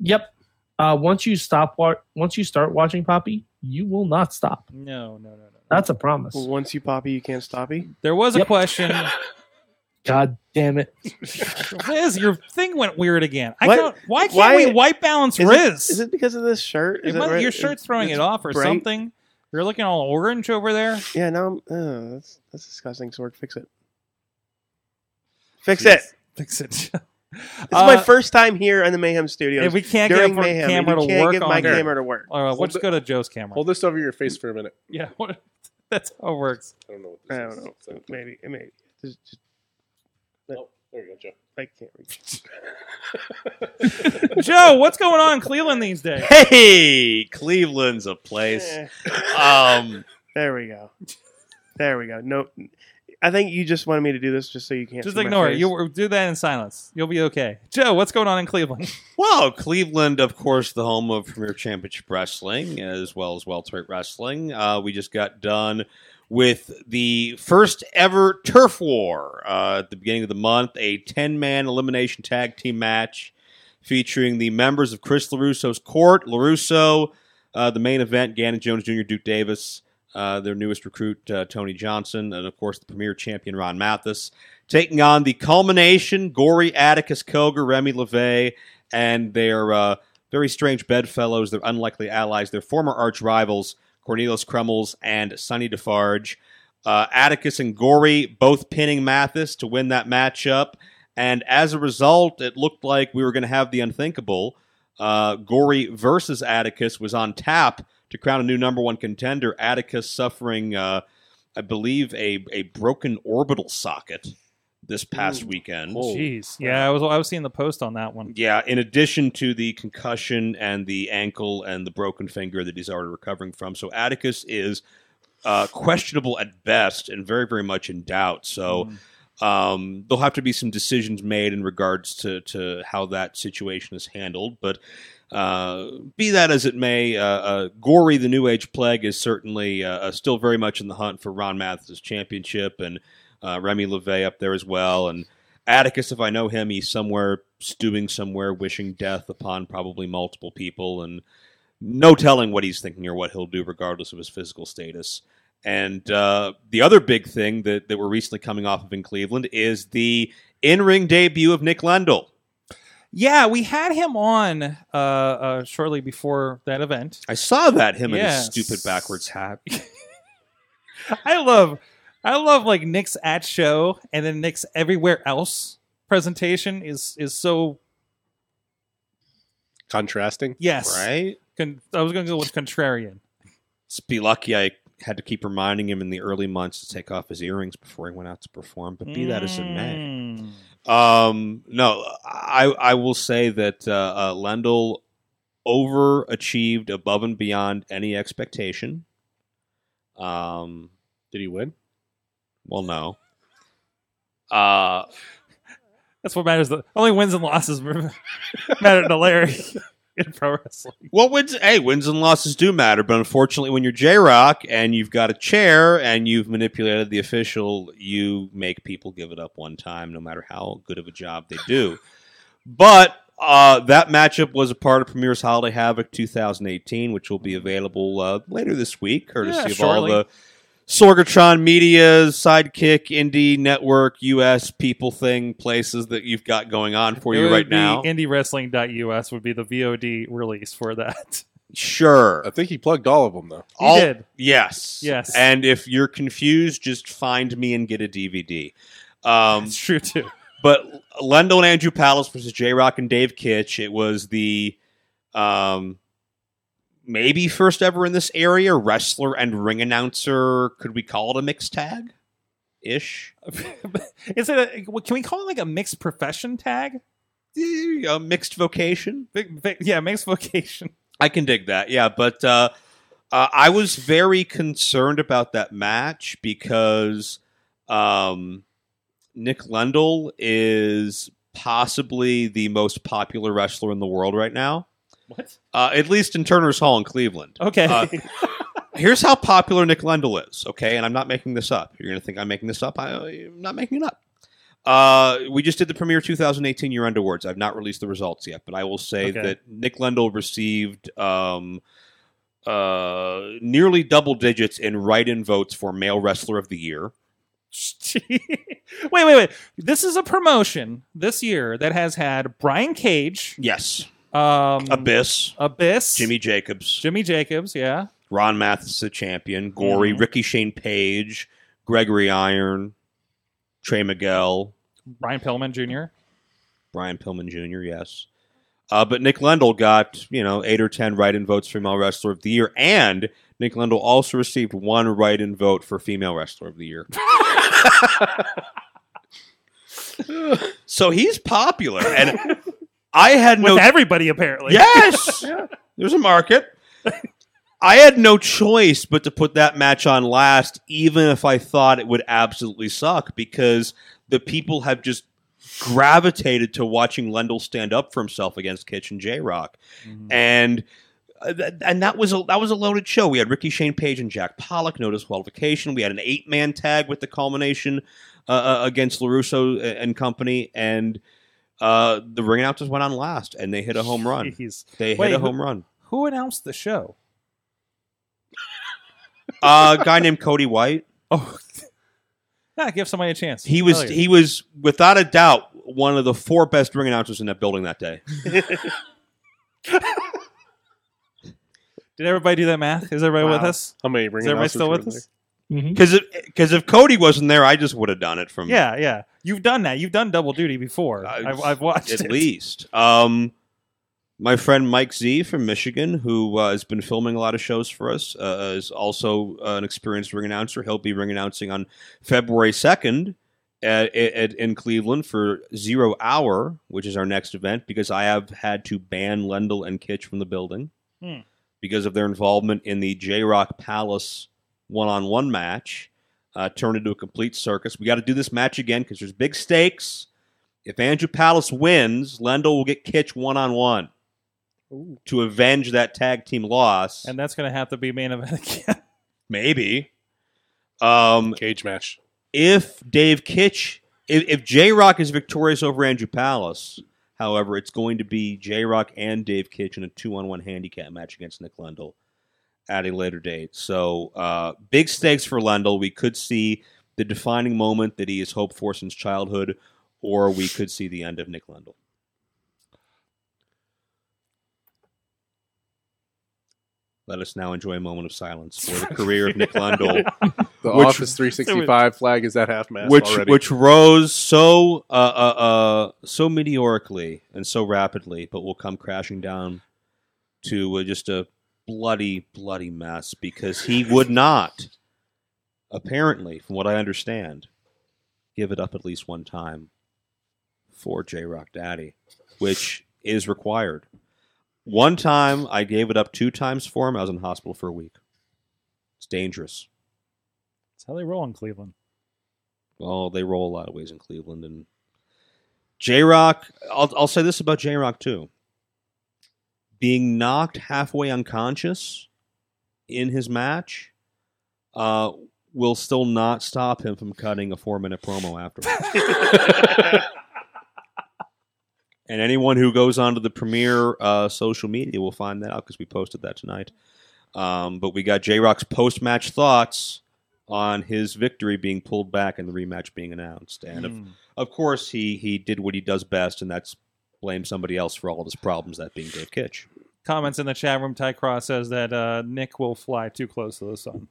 Yep. Uh, once you stop, wa- once you start watching Poppy, you will not stop. No, no, no, no. That's a promise. Well, once you poppy, you can't stoppy. There was a Yep. question. God damn it! Riz, your thing went weird again. I What? don't. Why can't Why- we white balance Is it, Riz? is it because of this shirt? It Is must- right- your shirt's it's- throwing it's it off or bright? something. You're looking all orange over there. Yeah, now I'm. Oh, that's that's disgusting. Sorg, fix it. Fix Jeez. it. Fix it. This is my Uh, first time here in the Mayhem Studios. If we can't get during our Mayhem, and camera you to can't work get on my here. camera to work. All right, Hold let's it- go to Joe's camera. Hold this over your face for a minute. Yeah, what, that's how it works. I don't know what I this is. don't know. Maybe, maybe. Just, just, Oh, there you go, Joe. I can't reach. Joe, what's going on in Cleveland these days? Hey, Cleveland's a place. Eh, Um, there we go. There we go. No, I think you just wanted me to do this just so you can't. Just see my ignore it. face. You do that in silence. You'll be okay. Joe, what's going on in Cleveland? Well, Cleveland, of course, the home of Premier Championship Wrestling as well as welterweight wrestling. Uh, we just got done with the first ever turf war uh, at the beginning of the month, a ten-man elimination tag team match featuring the members of Chris LaRusso's court, LaRusso, uh, the main event, Gannon Jones Jr., Duke Davis, uh, their newest recruit, uh, Tony Johnson, and of course the premier champion, Ron Mathis, taking on the culmination, Gory Atticus Koger, Remy LeVay, and their uh, very strange bedfellows, their unlikely allies, their former arch rivals, Cornelius Kremels and Sonny Defarge. Uh, Atticus and Gory both pinning Mathis to win that matchup. And as a result, it looked like we were going to have the unthinkable. Uh, Gory versus Atticus was on tap to crown a new number one contender. Atticus suffering, uh, I believe, a, a broken orbital socket this past weekend. Jeez. Yeah, I was I was seeing the post on that one. Yeah, in addition to the concussion and the ankle and the broken finger that he's already recovering from. So Atticus is uh, questionable at best and very, very much in doubt. So um, there'll have to be some decisions made in regards to, to how that situation is handled. But uh, be that as it may, uh, uh, Gory, the New Age Plague, is certainly uh, uh, still very much in the hunt for Ron Mathis' championship and uh, Remy LeVay up there as well. And Atticus, if I know him, he's somewhere stewing somewhere, wishing death upon probably multiple people, and no telling what he's thinking or what he'll do, regardless of his physical status. And uh, the other big thing that, that we're recently coming off of in Cleveland is the in ring debut of Nick Lendl. Yeah, we had him on uh, uh, shortly before that event. I saw that him Yes. in his stupid backwards hat. I love, I love like Nick's at show and then Nick's everywhere else presentation is is so Contrasting. yes. Right? Con- I was going to go with contrarian. Just be lucky I had to keep reminding him in the early months to take off his earrings before he went out to perform, but be that as it may. Mm. Um, no, I I will say that uh, uh, Lendl overachieved above and beyond any expectation. Um, Did he win? well, no. Uh, That's what matters. The only wins and losses matter to Larry in pro wrestling. well, wins, hey, wins and losses do matter, but unfortunately, when you're J Rock and you've got a chair and you've manipulated the official, you make people give it up one time, no matter how good of a job they do. But uh, that matchup was a part of Premier's Holiday Havoc 2018, which will be available uh, later this week, courtesy Yeah, of shortly. all the Sorgatron Media, Sidekick, Indie Network, US people thing, places that you've got going on for It you would right be now. IndieWrestling.us would be the VOD release for that. sure. I think he plugged all of them though. He All- did. Yes. Yes. And if you're confused, just find me and get a DVD. Um, It's true too. but Lendl and Andrew Palace versus J Rock and Dave Kitch. It was the um, maybe first ever in this area wrestler and ring announcer. Could we call it a mixed tag? Ish. Is it? A, what- can we call it like a mixed profession tag? Eh, Uh, A mixed vocation. Big- big- Yeah, mixed vocation. I can dig that. Yeah, but uh, uh, I was very concerned about that match because um, Nick Lendl is possibly the most popular wrestler in the world right now. What? Uh, at least in Turner's Hall in Cleveland. Okay. Uh, here's how popular Nick Lendl is, okay? And I'm not making this up. You're going to think I'm making this up. I, I'm not making it up. Uh, we just did the premiere 2018 year end awards. I've not released the results yet, but I will say Okay. that Nick Lendl received um, uh, nearly double digits in write in votes for Male Wrestler of the Year. wait, wait, wait. This is a promotion this year that has had Brian Cage, Yes. um, Mm-hmm. Abyss, Abyss, Jimmy Jacobs, Jimmy Jacobs, yeah, Ron Mathis, the champion, Gory, Mhm. Ricky Shane Page, Gregory Iron, Trey Miguel, Brian Pillman Jr. Brian Pillman Jr. Yes, uh, but Nick Lendl got you know eight or ten write-in votes for female wrestler of the year, and Nick Lendl also received one write-in vote for female wrestler of the year. so he's popular, and I had with no everybody apparently. yes. There's a market. I had no choice but to put that match on last, even if I thought it would absolutely suck, because the people have just gravitated to watching Lendl stand up for himself against Kitch and J Rock, Mm-hmm. Mm-hmm. and. uh, th- And that was a that was a loaded show. We had Ricky Shane Page and Jack Pollock, no disqualification. We had an eight man tag with the culmination uh, uh, against Larusso and company, and uh, the ring announcers went on last, and they hit a home run. Jeez. They Wait, hit a who- home run. Who announced the show? Uh, a guy named Cody White. Oh, yeah, give somebody a chance. He was Hell yeah. he was without a doubt one of the four best ring announcers in that building that day. Did everybody do that math? Is everybody with Wow. us? How many ring Is everybody announcers still were with there? us? Mhm. Because because if Cody wasn't there, I just would have done it from Yeah, yeah. You've done that. You've done double duty before. I- I've, I've watched at it. least. Um, my friend Mike Z from Michigan, who uh, has been filming a lot of shows for us, uh, is also uh, an experienced ring announcer. He'll be ring announcing on February second at, at in Cleveland for Zero Hour, which is our next event, because I have had to ban Lendl and Kitch from the building Hmm. because of their involvement in the J Rock Palace one-on-one match. Uh, turned into a complete circus. We got to do this match again because there's big stakes. If Andrew Palace wins, Lendl will get Kitch one on one to avenge that tag team loss. And that's going to have to be main event again. maybe. Um, Cage match. if Dave Kitch, if, if J Rock is victorious over Andrew Palace, however, it's going to be J Rock and Dave Kitch in a two on one handicap match against Nick Lendl at a later date. So uh, big stakes for Lendl. We could see the defining moment that he has hoped for since childhood, or we could see the end of Nick Lendl. Let us now enjoy a moment of silence for the career of Nick Lendl The Which- Office 365 flag is that half mast which already. which rose so uh, uh, uh, so meteorically and so rapidly, but will come crashing down to uh, just a bloody bloody mess because he would not, apparently, from what I understand, give it up at least one time for J Rock Daddy, which is required. One time I gave it up two times for him. I was in hospital for a week. It's dangerous. That's how they roll in Cleveland. well, they roll a lot of ways in Cleveland. And J Rock, I'll, I'll say this about J Rock too. Being knocked halfway unconscious in his match uh, will still not stop him from cutting a four minute promo afterwards. and anyone who goes onto the premiere uh, social media will find that out because we posted that tonight. Um, but we got J Rock's post match thoughts on his victory being pulled back and the rematch being announced. And Hmm. of, of course, he he did what he does best, and that's blame somebody else for all of his problems, that being Dave Kitch. Comments in the chat room. Ty Cross says that uh, Nick will fly too close to the sun.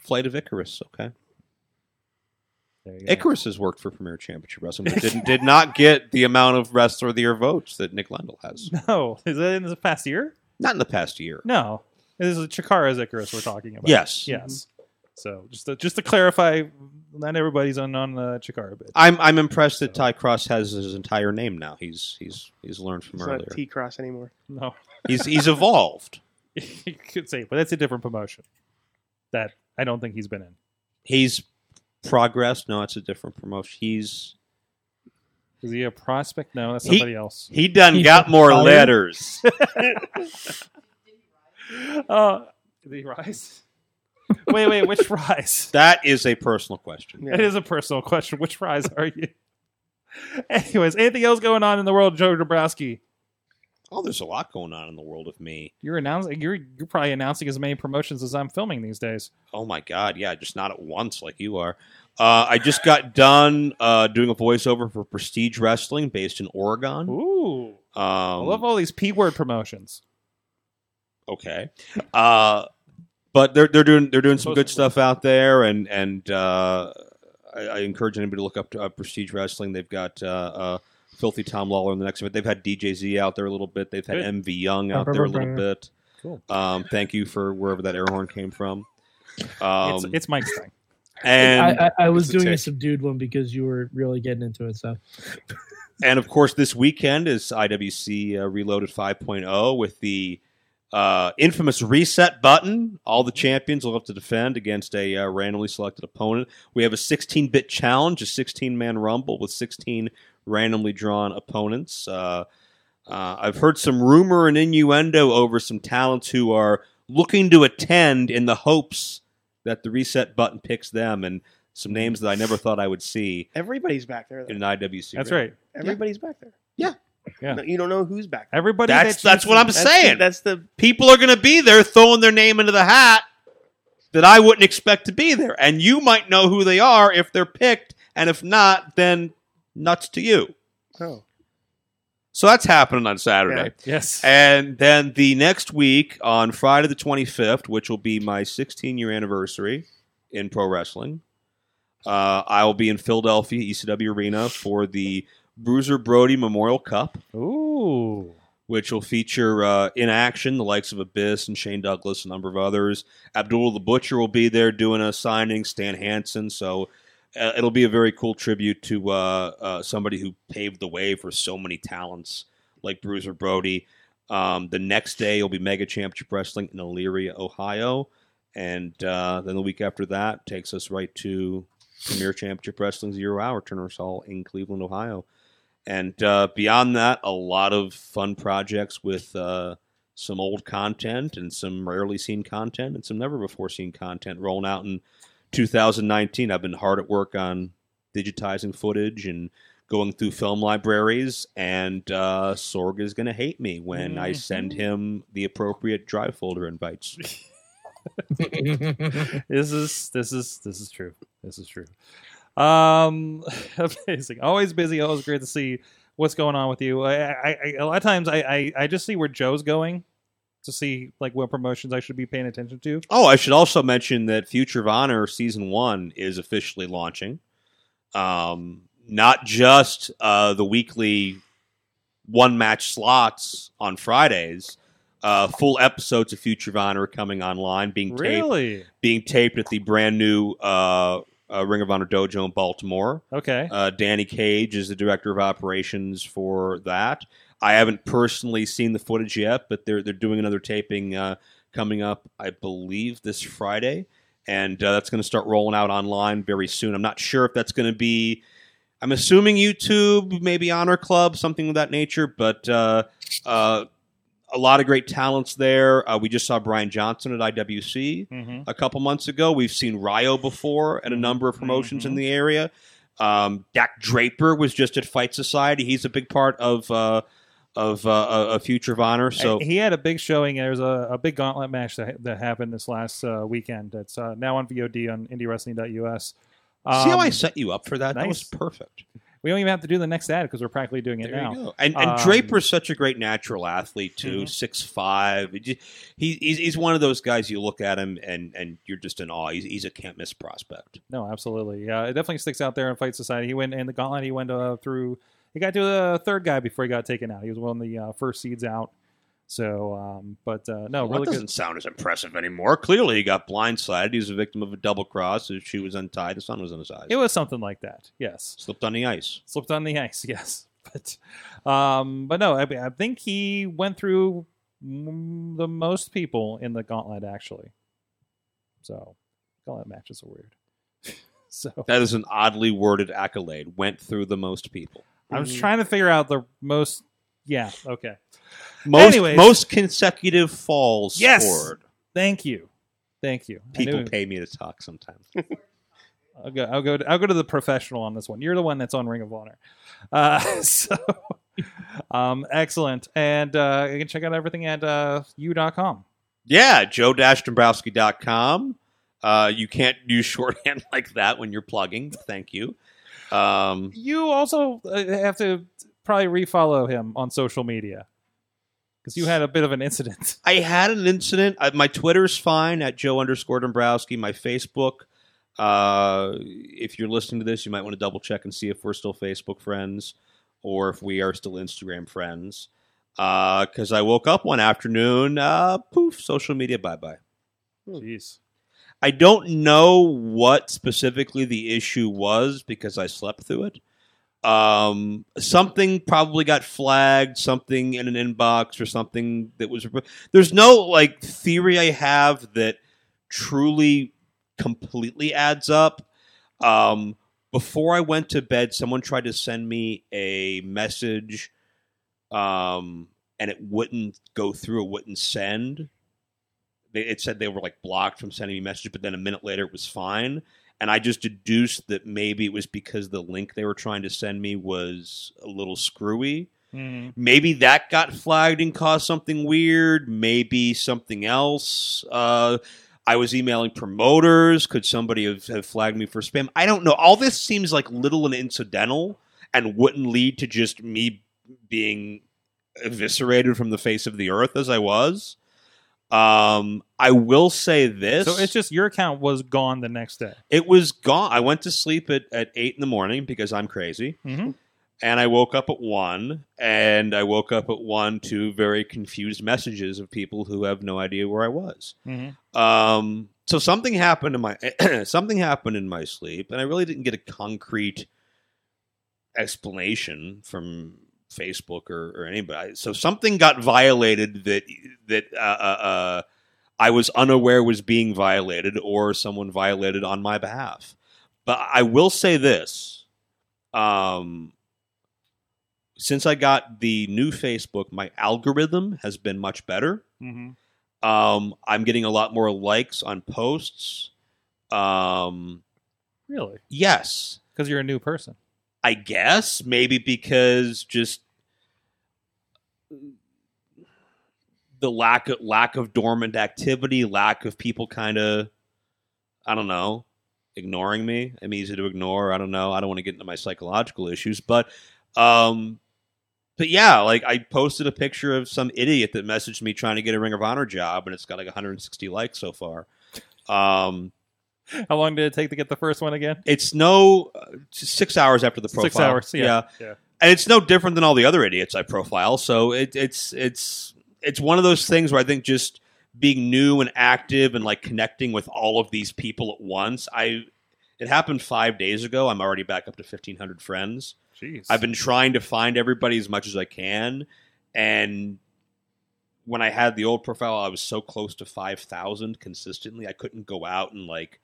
Flight of Icarus, okay. There you go. Icarus has worked for Premier Championship Wrestling, but didn't, did not get the amount of Wrestler of the Year votes that Nick Lendl has. No, is that in the past year? Not in the past year. No, this is Chikara's Icarus we're talking about. Yes. yes. So just to, just to clarify, not everybody's on on the Chikara bit. I'm I'm impressed that Ty Cross has his entire name now. He's he's he's learned from It's earlier. not T Cross anymore. No, he's he's evolved. you could say, but that's a different promotion that I don't think he's been in. He's progressed. No, it's a different promotion. He's Is he a prospect? No, that's He- somebody else. He done He got more fired? letters. Uh, did he rise? wait, wait, which rise? that is a personal question. Yeah. It is a personal question. Which rise are you? Anyways, anything else going on in the world, Joe Dabrowski? Oh, there's a lot going on in the world of me. You're announcing. You're you're probably announcing as many promotions as I'm filming these days. Oh my God, yeah, just not at once like you are. Uh, I just got done uh, doing a voiceover for Prestige Wrestling based in Oregon. Ooh, I love Um, all these p-word promotions. okay, uh, but they're they're doing they're doing some good stuff out there, and and uh, I, I encourage anybody to look up to, uh, Prestige Wrestling. They've got uh, uh, Filthy Tom Lawler in the next event. They've had DJZ out there a little bit. They've had Good. MV Young out there a little bit. Cool. Um, thank you for wherever that air horn came from. Um, it's it's Mike's thing. and I, I, I was it's a doing a tick. subdued one because you were really getting into it. So and of course this weekend is IWC uh, Reloaded 5.0 with the Uh, infamous reset button. All the champions will have to defend against a uh, randomly selected opponent. We have a 16 bit challenge, a 16 man rumble with 16 randomly drawn opponents. Uh, uh, I've heard some rumor and innuendo over some talents who are looking to attend in the hopes that the reset button picks them, and some names that I never thought I would see Everybody's back there. in Though. an IWC. That's ring. right. Everybody's back there. Yeah. Yeah. No, you don't know who's back. There. Everybody. That's that you that's what I'm see- That's saying. The, that's the people are going to be there throwing their name into the hat that I wouldn't expect to be there. And you might know who they are if they're picked. And if not, then nuts to you. oh, So that's happening on Saturday. Yes. And then the next week on Friday the 25th, which will be my 16 year anniversary in pro wrestling, uh, I will be in Philadelphia, ECW Arena, for the Bruiser Brody Memorial Cup. Ooh. which will feature uh, in action the likes of Abyss and Shane Douglas, and a number of others. Abdul the Butcher will be there doing a signing, Stan Hansen. So uh, it'll be a very cool tribute to uh, uh, somebody who paved the way for so many talents like Bruiser Brody. Um, the next day will be Mega Championship Wrestling in Elyria, Ohio. And uh, then the week after that takes us right to Premier Championship Wrestling's Zero Hour, Turner's Hall in Cleveland, Ohio. And uh, beyond that, a lot of fun projects with uh, some old content and some rarely seen content and some never before seen content rolling out in 2019. I've been hard at work on digitizing footage and going through film libraries. And uh, Sorg is going to hate me when I send him the appropriate drive folder invites. this is this is this is true. This is true. Um, amazing. Always busy. Always great to see what's going on with you. I, I, I a lot of times I, I I just see where Joe's going to see like what promotions I should be paying attention to. Oh, I should also mention that Future of Honor season one is officially launching. Um, not just uh, the weekly one match slots on Fridays, uh, full episodes of Future of Honor are coming online, being taped, Really? being taped at the brand new uh, uh, Ring of Honor dojo in Baltimore. Okay. Uh, Danny Cage is the director of operations for that. I haven't personally seen the footage yet, but they're they're doing another taping uh, coming up, I believe, this Friday, and uh, that's going to start rolling out online very soon. I'm not sure if that's going to be. I'm assuming YouTube, maybe Honor Club, something of that nature, but uh, uh, a lot of great talents there. Uh, we just saw Brian Johnson at IWC Mhm. a couple months ago. We've seen Ryo before and a number of promotions Mm-hmm. in the area. Um, Dak Draper was just at Fight Society. He's a big part of uh, of uh, a Future of Honor. So And he had a big showing. There was a, a big gauntlet match that, that happened this last uh, weekend. It's uh, now on VOD on IndieWrestling.us. Um, see how I set you up for that? That was nice. perfect. we don't even have to do the next ad because we're practically doing it There now. you go. And, and Um, Draper's such a great natural athlete too. Mhm. Six five. He, he's he's one of those guys you look at him and and you're just in awe. He's he's a can't miss prospect. No, absolutely. Yeah, it definitely sticks out there in Fight Society. He went in the gauntlet. He went uh, through. He got to the third guy before he got taken out. He was one of the uh, first seeds out. So, um, but uh, no, really Well, that good. doesn't sound as impressive anymore. Clearly, he got blindsided. He was a victim of a double cross. His shoe was untied. The sun was in his eyes. It was something like that. Yes, Slipped on the ice. slipped on the ice. Yes, but um, but no, I, I think he went through mm, the most people in the gauntlet actually. So, gauntlet matches are weird. so That is an oddly worded accolade. Went through the most people. I was trying to figure out the most. Yeah. Okay. Most Anyways. most consecutive falls Yes! scored. Thank you. Thank you. I People knew- pay me to talk sometimes. I'll go. I'll go. To, I'll go to the professional on this one. You're the one that's on Ring of Honor. Uh, so, um, excellent. And uh, you can check out everything at uh, you.com. yeah, joe dombrowski.com. Uh, you can't use shorthand like that when you're plugging. Thank you. Um, You also uh, have to probably refollow him on social media because you had a bit of an incident. I had an incident. I, my Twitter's fine at Joe underscore Dombrowski. My Facebook. Uh, if you're listening to this, you might want to double check and see if we're still Facebook friends or if we are still Instagram friends. Because I woke up one afternoon, uh, poof, social media, bye bye. Hmm. Jeez. I don't know what specifically the issue was because I slept through it. um something probably got flagged something in an inbox or something that was there's no like theory i have that truly completely adds up um before i went to bed someone tried to send me a message um and it wouldn't go through it wouldn't send They- it said they were like blocked from sending me messages but then a minute later it was fine and I just deduced that maybe it was because the link they were trying to send me was a little screwy. Mm. Maybe that got flagged and caused something weird. Maybe something else. Uh, I was emailing promoters. Could somebody have, have flagged me for spam? I don't know. All this seems like little and incidental and wouldn't lead to just me being eviscerated from the face of the earth as I was. Um, I will say this. So it's just your account was gone the next day. It was gone. I went to sleep at, at eight in the morning because I'm crazy. Mhm. And I woke up at one, and I woke up at one to very confused messages of people who have no idea where I was. Mhm. Um, so something happened in my something happened in my sleep, and I really didn't get a concrete explanation from Facebook or, or anybody. So something got violated that that uh, uh, uh, I was unaware was being violated, or someone violated on my behalf. But I will say this: um, since I got the new Facebook, my algorithm has been much better. Mm-hmm. Um, I'm getting a lot more likes on posts. Um, Really? yes, Because you're a new person. I guess maybe because just the lack of lack of dormant activity, lack of people kind of I don't know, ignoring me. I'm easy to ignore. I don't know. I don't want to get into my psychological issues, but um but yeah, like I posted a picture of some idiot that messaged me trying to get a Ring of Honor job and it's got like 160 likes so far. Um How long did it take to get the first one again? it's no uh, six hours after the profile. Six hours. Yeah. Yeah. and it's no different than all the other idiots I profile. So it, it's it's it's one of those things where I think just being new and active and like connecting with all of these people at once. I it happened five days ago. I'm already back up to 1,500 friends. Jeez. I've been trying to find everybody as much as I can, and when I had the old profile, I was so close to five thousand consistently. I couldn't go out and like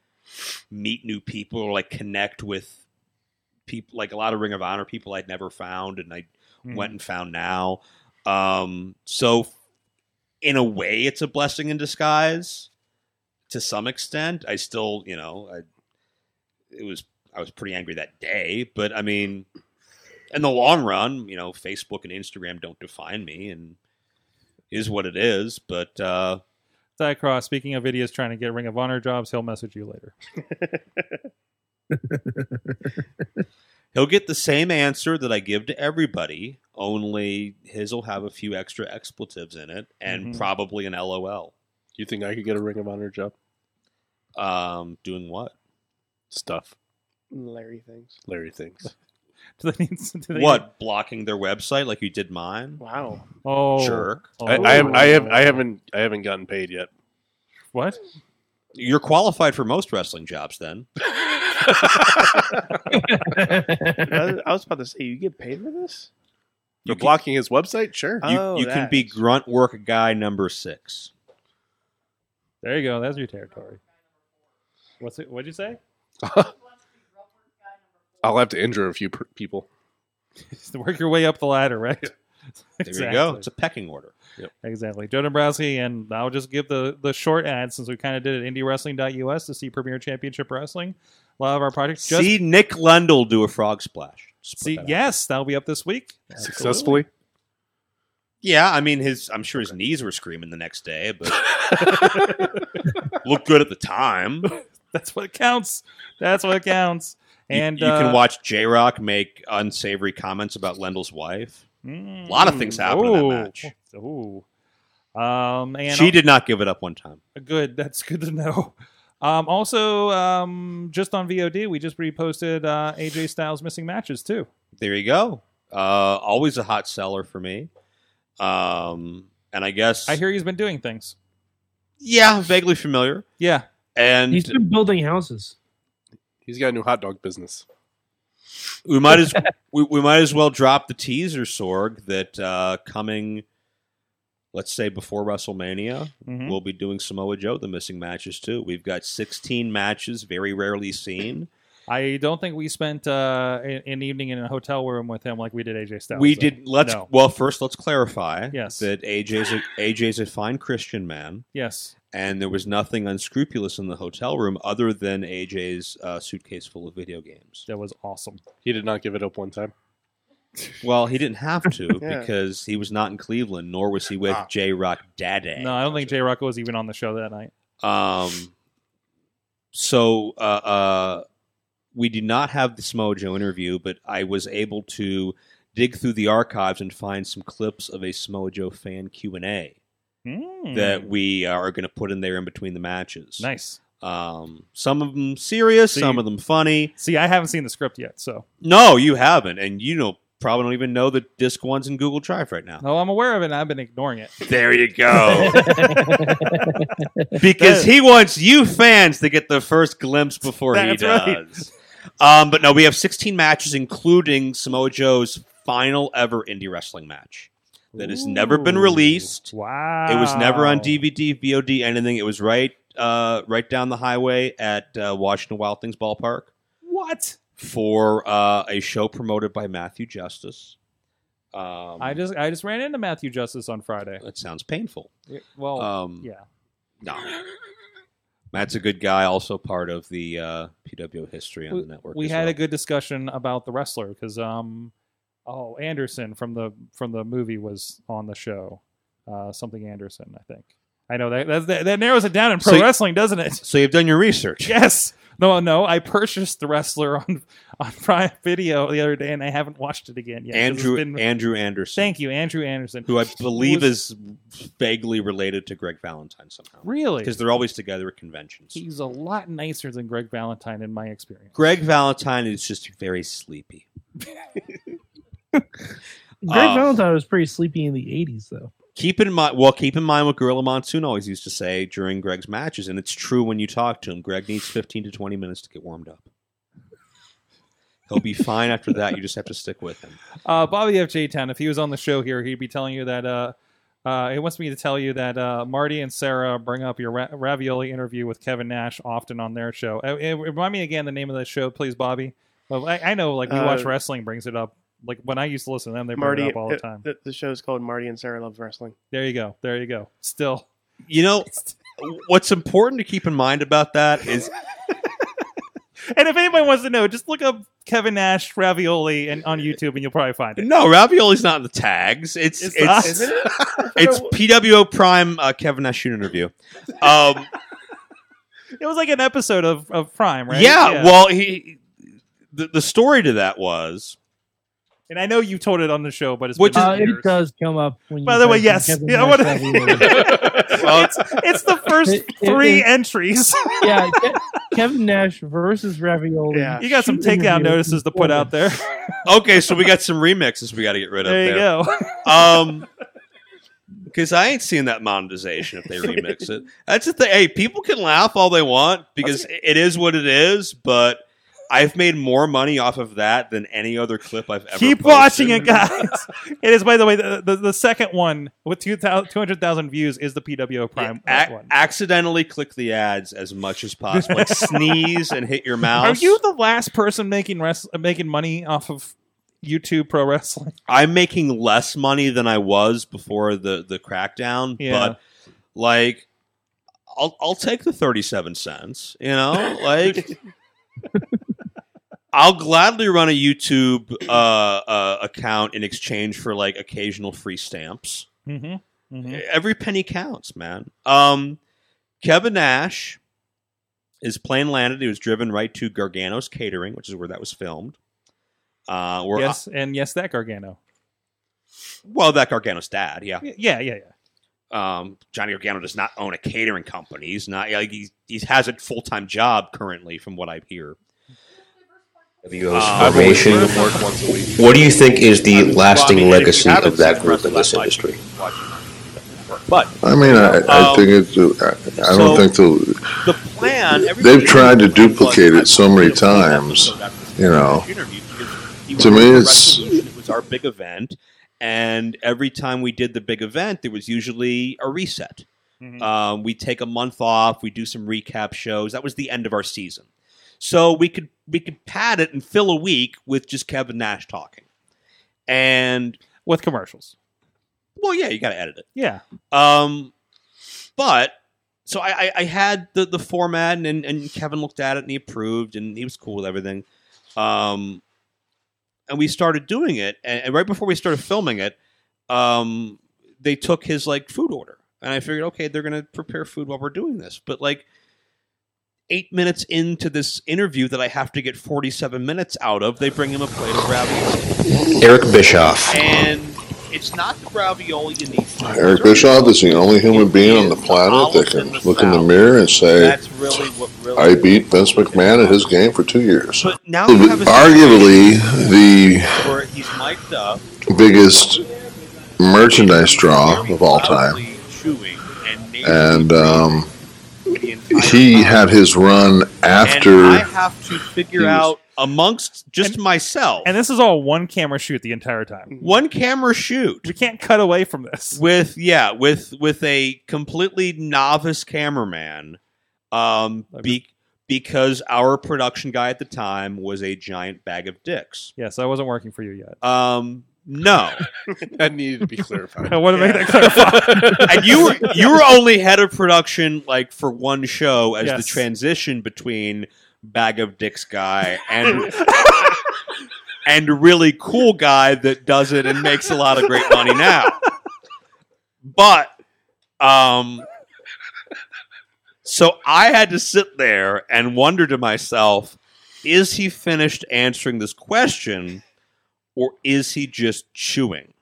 meet new people or like connect with people, like a lot of Ring of Honor people I'd never found, and I Mhm. went and found now. Um, so, in a way, it's a blessing in disguise. To some extent, I still, you know, I it was I was pretty angry that day, but I mean, in the long run, you know, Facebook and Instagram don't define me, and is what it is. But uh, Di Cross, speaking of idiots trying to get Ring of Honor jobs, he'll message you later. he'll get the same answer that I give to everybody. Only his will have a few extra expletives in it, and Mhm. probably an LOL. You think I could get a Ring of Honor job? Um, doing what? Stuff, Larry things. Larry thinks. Do they need, do they What blocking their website like you did mine? Wow. need- oh. Jerk. Oh. I, I have, I have, I haven't, I haven't gotten paid yet. What? You're qualified for most wrestling jobs. Then I I was about to say, you get paid for this? You're can- blocking his website, sure. you, Oh, you can that. be grunt work guy number six. There you go. That's your territory. What's it? What'd you say? I'll have to injure a few per- people. Just work your way up the ladder, right? There you go. It's a pecking order. Exactly. Joe Dombrowski, and I'll just give the the short ad since we kind of did it. IndieWrestling.us to see Premier Championship Wrestling. A lot of our projects. Just See Nick Lundell do a frog splash. Just put see that out. yes, that'll be up this week. Successfully. Yeah, I mean his. I'm sure his knees were screaming the next day, but looked good at the time. That's what counts. That's what counts. And And you, can uh, watch J Rock make unsavory comments about Lendl's wife. mm, A lot of things happened in that ooh, match. Ooh. Um, and she did not give it up one time. Good. That's good to know. Um, also, um, just on VOD, we just reposted uh, AJ Styles missing matches too. There you go. Uh, always a hot seller for me. Um, and I guess I hear he's been doing things. Yeah, vaguely familiar. Yeah. And He's been building houses. He's got a new hot dog business. We might as we, we might as well drop the teaser, Sorg, that uh, coming, let's say before WrestleMania, Mhm. we'll be doing Samoa Joe the missing matches too. We've got 16 matches, very rarely seen. I don't think we spent uh, a- an evening in a hotel room with him like we did AJ Styles. we though. did. Let's No. well first let's clarify Yes. that AJ's a, AJ's a fine Christian man. Yes. And there was nothing unscrupulous in the hotel room other than AJ's uh, suitcase full of video games. That was awesome. He did not give it up one time. Well, he didn't have to Yeah. because he was not in Cleveland, nor was he with Ah. J Rock Daddy. No, I don't think J Rock was even on the show that night. Um, so uh, uh, we did not have the Smojo interview, but I was able to dig through the archives and find some clips of a Smojo fan Q and A Mm. that we are going to put in there in between the matches. nice. Um, some of them serious, So some you- of them funny. See, I haven't seen the script yet, so No, you haven't, and you know probably don't even know that Disc One's in Google Drive right now. no, I'm aware of it. and I've been ignoring it. There you go. because he wants you fans to get the first glimpse before he That's right. does. Um, but no, we have 16 matches, including Samoa Joe's final ever indie wrestling match that has never been Ooh. released. Wow, It was never on DVD, VOD, anything. It was right, uh, right down the highway at uh, Washington Wild Things Ballpark What? for uh, a show promoted by Matthew Justice. Um, I just I just ran into Matthew Justice on Friday. that sounds painful. Well, um, Oh, yeah. No. Matt's a good guy, also part of the uh, PWO history on the network. we as had well. a good discussion about the wrestler because um oh anderson from the from the movie was on the show uh something anderson i think i know that that, that, that narrows it down in pro So you- wrestling doesn't it So you've done your research. yes no no i purchased the wrestler on on prime video the other day and i haven't watched it again yet 'cause it's Andrew been- Andrew Anderson, thank you andrew anderson who I believe was- is vaguely related to Greg Valentine somehow, really because they're always together at conventions. he's a lot nicer than greg valentine in my experience Greg Valentine is just very sleepy. Greg Ah. Uh, Valentine was pretty sleepy in the '80s, though. Keep in mind, well, keep in mind what Gorilla Monsoon always used to say during Greg's matches, and it's true when you talk to him. Greg needs fifteen to twenty minutes to get warmed up. He'll be fine after that. You just have to stick with him. Uh, Bobby F. J. Town, if he was on the show here, he'd be telling you that. Uh, uh, he wants me to tell you that uh, Marty and Sarah bring up your ra- ravioli interview with Kevin Nash often on their show. Uh, uh, remind me again the name of the show, please, Bobby. Well, I, I know, like we watch Uh, wrestling brings it up. Like when I used to listen to them, they bring it Marty, uh, up all the time. The, the show's called Marty and Sarah Love Wrestling. there you go. There you go. Still, You know, what's important to keep in mind about that is and if anybody wants to know, just look up Kevin Nash ravioli and on YouTube, and you'll probably find it. no ravioli's not in the tags. It's It's it's not? it's, PWO Prime uh, Kevin Nash shoot interview. Um, It was like an episode of, of Prime, right? yeah, well, he the, the story to that was and I know you told it on the show, but it's Which been is- Uh, years. it does come up when. By you the way, type in yes. Kevin Yeah, I Nash wanna- Ravioli. it's, it's the first It- it- three it- entries. yeah, Ke- Kevin Nash versus Ravioli. Yeah. you got some Shoot takedown interview. notices to put out there. uh, Oh, okay. So we got some remixes we got to get rid of. There you go. Um, because I ain't seen that monetization if they remix it. That's the thing. Hey, people can laugh all they want because it is what it is. But I've made more money off of that than any other clip I've ever. Keep posted. watching it, guys. it is, by the way, the, the, the second one with 2,000 200,000 views is the PWO Prime Ac- one. accidentally click the ads as much as possible. Like sneeze and hit your Are mouse. you the last person making res- uh, making money off of YouTube pro wrestling? I'm making less money than I was before the the crackdown, Yeah. but like I'll I'll take the 37 cents, you know? Like I'll gladly run a YouTube uh, uh, account in exchange for like occasional free stamps. Mm-hmm. Every penny counts, man. Um, Kevin Nash is plane landed. He was driven right to Gargano's Catering, which is where that was filmed. Uh, where Yes, and yes, that Gargano. well, that Gargano's dad, yeah. Y- Yeah, yeah, yeah. Um, Johnny Gargano does not own a catering company. He's not like he, he has a full time job currently, from what I hear. WO's Uh, formation. Work once a week. What do you think is the Bobby, lasting if you legacy haven't of that seen group in this Wrestle Lab, industry? watch it. But I mean, I, I Um, think it's. I, I so- don't think they'll. the plan They've tried to duplicate it so many times, you know. He To was me, in the it's- Resolution. It was our big event, and every time we did the big event, there was usually a reset. Mm-hmm. Um, we take a month off. We do some recap shows. That was the end of our season, so we could we could pad it and fill a week with just Kevin Nash talking, and with commercials. Well, yeah, you got to edit it. Yeah. Um, but so I, I, I had the the format, and and Kevin looked at it and he approved, and he was cool with everything. Um, and we started doing it, and, and right before we started filming it, um, they took his like food order, and I figured, okay, they're gonna prepare food while we're doing this, but like. Eight minutes into this interview that I have to get forty-seven minutes out of, they bring him a plate of ravioli. Eric Bischoff. and it's not the ravioli you need. Eric Bischoff is the only human being on the planet that can look in the mirror and say, "I beat Vince McMahon at his game for two years." But now you have a arguably where the he's mic'd up, biggest merchandise draw of all time, chewing, and and um, he had his run and I after. have to figure He was- out amongst just myself. And this is all one camera shoot the entire time. One camera shoot. We can't cut away from this. with yeah with with a completely novice cameraman um be, because our production guy at the time was a giant bag of dicks Yes, I wasn't working for you yet. um no that needed to be clarified I want to make that clarified. and you were you were only head of production like for one show as the Yes. transition between bag of dicks guy and and really cool guy that does it and makes a lot of great money now. But um so I had to sit there and wonder to myself, is he finished answering this question or is he just chewing?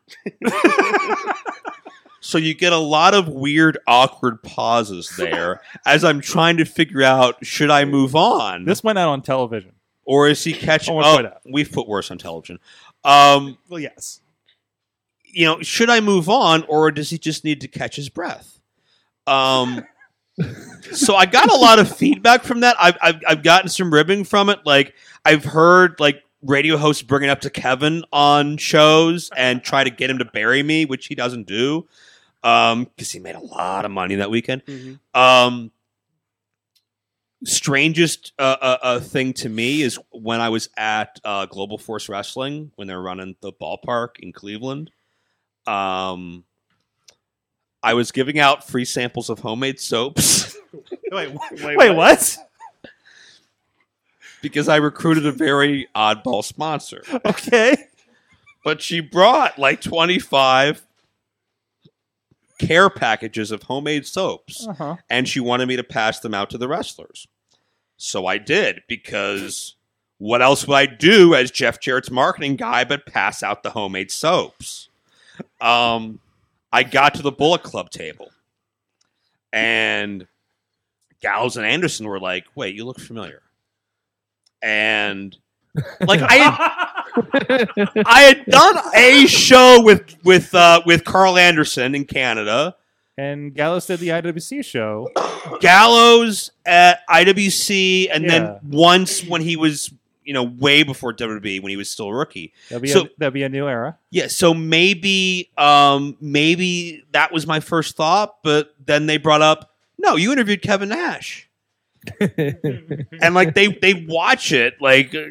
So you get a lot of weird, awkward pauses there as I'm trying to figure out should I move on? This went out on television. Or is he catching Oh, it's put up? We've put worse on television. Um, Well, yes. you know, should I move on or does he just need to catch his breath? Um, so I got a lot of feedback from that. I've, I've, I've gotten some ribbing from it. Like, I've heard, like, radio hosts bring it up to Kevin on shows and try to get him to bury me, which he doesn't do because he made a lot of money that weekend. Um, strangest uh, uh, uh, thing to me is when I was at uh, Global Force Wrestling when they were running the ballpark in Cleveland. Um, I was giving out free samples of homemade soaps wait, Wait, what? because I recruited a very oddball sponsor. Okay. But she brought like 25 care packages of homemade soaps. Uh-huh. and she wanted me to pass them out to the wrestlers. So I did because what else would I do as Jeff Jarrett's marketing guy but pass out the homemade soaps? Um, I got to the Bullet Club table, and Gals and Anderson were like, "Wait, you look familiar," and like I. Had, I had done a show with with uh, with Carl Anderson in Canada, And Gallus did the IWC show. Gallows at IWC, and Yeah. then once when he was, you know, way before WWE when he was still a rookie. That'd be, So- a, that'd be a new era. Yeah, so maybe, um, maybe that was my first thought, but then they brought up, no, you interviewed Kevin Nash, and like they they watch it like. uh,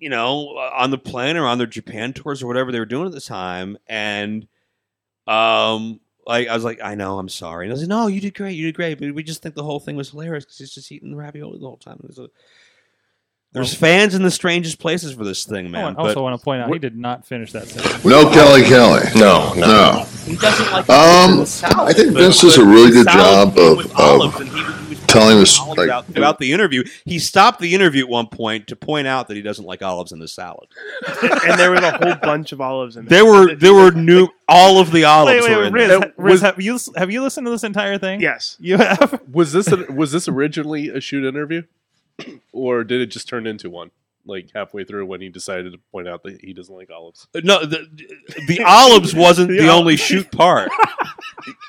You know, uh, on the plane or on their Japan tours or whatever they were doing at the time, and um, like I was like, I know, I'm sorry. And I was like, No, you did great, you did great. But we just think the whole thing was hilarious because he's just eating ravioli the whole time. It was a- There's fans in the strangest places for this thing, Oh, man. and also but want to point out he did not finish that sentence. No, Kelly Kelly. No, no. No. he doesn't like Um, I think Vince does a really good job of, olives of telling us like throughout, throughout the interview. He stopped the interview at one point to point out that he doesn't like olives in the salad. and there was a whole bunch of olives in there. There were there were new all of the Wait, olives were wait, in Riz, there. ha- Riz, have, you, have you listened to this entire thing? Yes, You have? was this a, was this originally a shoot interview or did it just turn into one like halfway through when he decided to point out that he doesn't like olives No, the the olives wasn't the Yeah. only shoot part.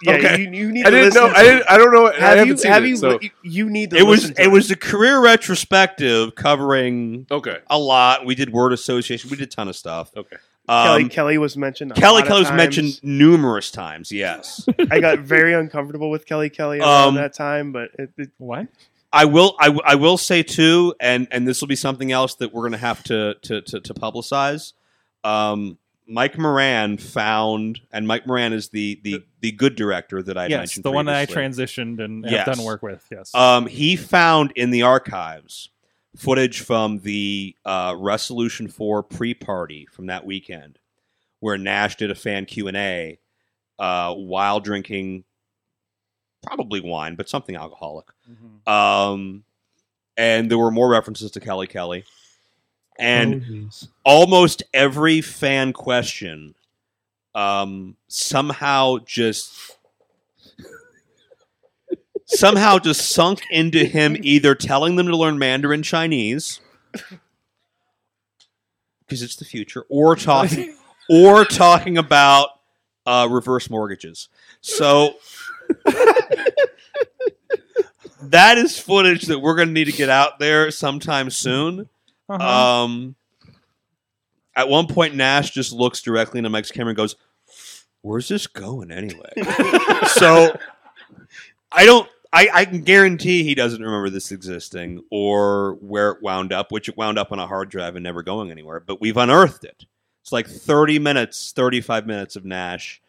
Yeah, Okay. you, you need. I to didn't listen know- to I it. didn't- I don't know- I Have haven't you, seen have it, you, so- you- you need to. It was listen it, to was the career retrospective covering Okay. a lot. We did word association. We did a ton of stuff. Okay. Um, Kelly Kelly was mentioned. a Kelly lot of Kelly was times. mentioned numerous times. Yes. I got very uncomfortable with Kelly Kelly around Um, that time, but it, it, What? I will. I, w- I will say too, and and this will be something else that we're going to have to to to, to publicize. Um, Mike Moran found, and Mike Moran is the the the good director that I yes, mentioned. the one that I previously. transitioned and Yes. have done work with. Yes. Um, he found in the archives footage from the uh, Resolution Four pre-party from that weekend, where Nash did a fan Q and A uh, while drinking, probably wine, but something alcoholic. Mm-hmm. Um, and there were more references to Kelly Kelly. And Oh, jeez. almost every fan question um, somehow just somehow just sunk into him either telling them to learn Mandarin Chinese because it's the future or talking or talking about uh, reverse mortgages. So that is footage that we're going to need to get out there sometime soon. Uh-huh. Um, at one point, Nash just looks directly into Mike's camera and goes, "Where's this going anyway?" so I don't. I, I can guarantee he doesn't remember this existing or where it wound up, which it wound up on a hard drive and never going anywhere. But we've unearthed it. It's like thirty minutes, thirty-five minutes of Nash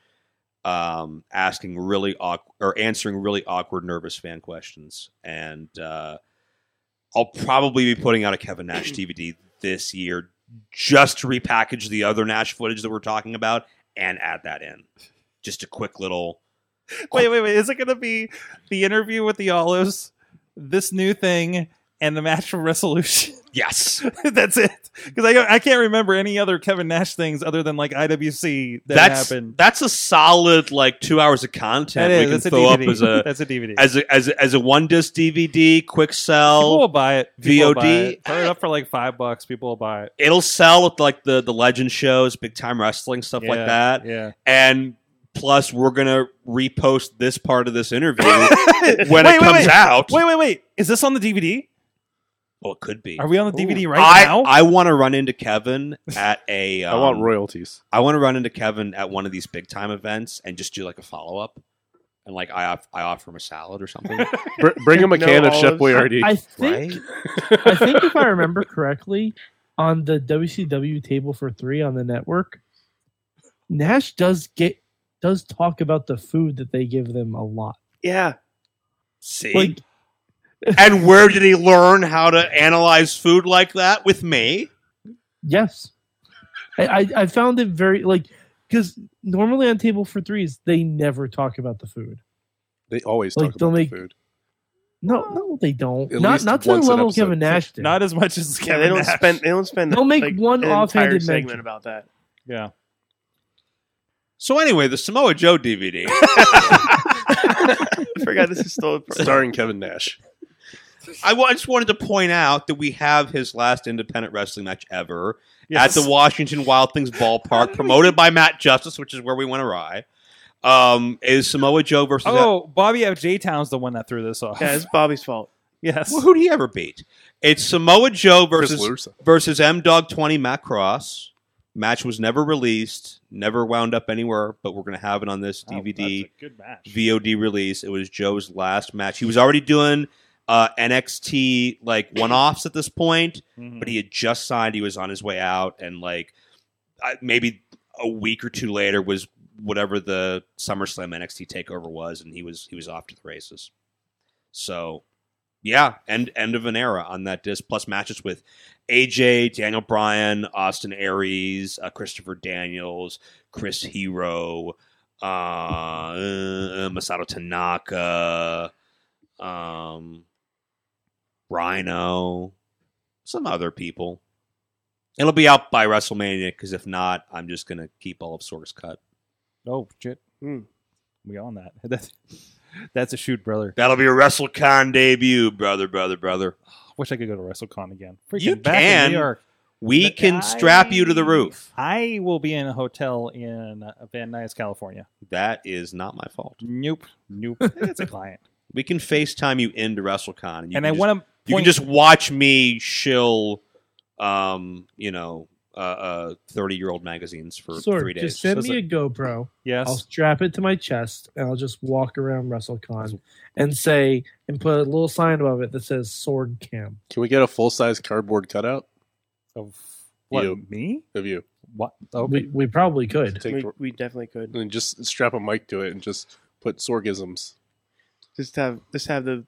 um, asking really awkward or answering really awkward, nervous fan questions, and uh, I'll probably be putting out a Kevin Nash DVD this year just to repackage the other Nash footage that we're talking about and add that in. Just a quick little. wait, wait, wait. Is it going to be the interview with the Olives, this new thing, and the match from Resolution? Yes, That's it. Because I, don't- I can't remember any other Kevin Nash things other than like IWC that that's happened. that's a solid like two hours of content That is. we can That's a throw up DVD. as a that's a DVD. as a as a, as a one disc DVD quick People will sell. buy it. People will buy VOD. it. Throw it up for like five bucks. People will buy it. It'll sell with like the the legend shows, big time wrestling stuff like Yeah, that, Yeah. and plus we're gonna repost this part of this interview when Wait, it wait, comes wait. out. Wait, wait, wait. Is this on the DVD? Well, it could be. Are we on the DVD right I, now? I want to run into Kevin at a. I Um, want royalties. I want to run into Kevin at one of these big time events and just do like a follow up, and like I off, I offer him a salad or something. Br- bring him a No can of Chef olives. Boyardee. I think right? I think if I remember correctly, on the WCW table for three on the network, Nash does get does talk about the food that they give them a lot. yeah. See, Like and where did he learn how to analyze food like that with me? yes, I I, I found it very like because normally on table for threes they never talk about the food. They always Like, talk they'll about the make- food. No, no, they don't. At Not least not to the once an level episode. Kevin Nash did. Not as much as Yeah, Kevin they don't Nash. spend. They don't spend. They'll make like, one an offhanded entire mention. segment about that. Yeah. So anyway, the Samoa Joe DVD. I forgot this is still a Starring Kevin Nash. I wa- just wanted to point out that we have his last independent wrestling match ever Yes. at the Washington Wild Things ballpark, promoted by Matt Justice, which is where we went awry. Um, is Samoa Joe versus? Oh, Bobby F. J. Town's the one that threw this off. Yeah, it's Bobby's fault. Yes. Oh, Well, who did he ever beat? It's Samoa Joe Chris versus Lursa. versus M Dog Twenty Matt Cross. Match was never released, never wound up anywhere, but we're gonna have it on this Wow, DVD Oh, that's a good match. VOD release. It was Joe's last match. He was already doing uh, NXT like one offs at this point, Mhm. but he had just signed. He was on his way out, and like I- maybe a week or two later was whatever the SummerSlam NXT takeover was, and he was he was off to the races. So yeah, end end of an era on that disc. Plus matches with AJ, Daniel Bryan, Austin Aries, uh, Christopher Daniels, Chris Hero, uh, uh, Masato Tanaka, um, Rhino, some other people. It'll be out by WrestleMania because if not, I'm just gonna keep all of Source Cut. Oh shit. Hmm. We on that. That's that's a shoot, brother. That'll be a WrestleCon debut, brother, brother, brother. Wish I could go to WrestleCon again. Freaking You back in can. New York. We can strap you to the roof. I will be in a hotel in uh, Van Nuys, California. That is not my fault. Nope. Nope. it's a client. We can FaceTime you into WrestleCon, and, you And can I just- wanna you can point- just watch me shill, um, you know, uh, uh, thirty-year-old magazines for Sorg, three days. Just send That's me a it. GoPro. Yes. I'll strap it to my chest and I'll just walk around WrestleCon and say and put a little sign above it that says Sorg Cam. Can we get a full size cardboard cutout of Oh, what, me? Of you? What? We, we probably could. Take, We, we definitely could and just strap a mic to it and just put sorgisms. just have just have the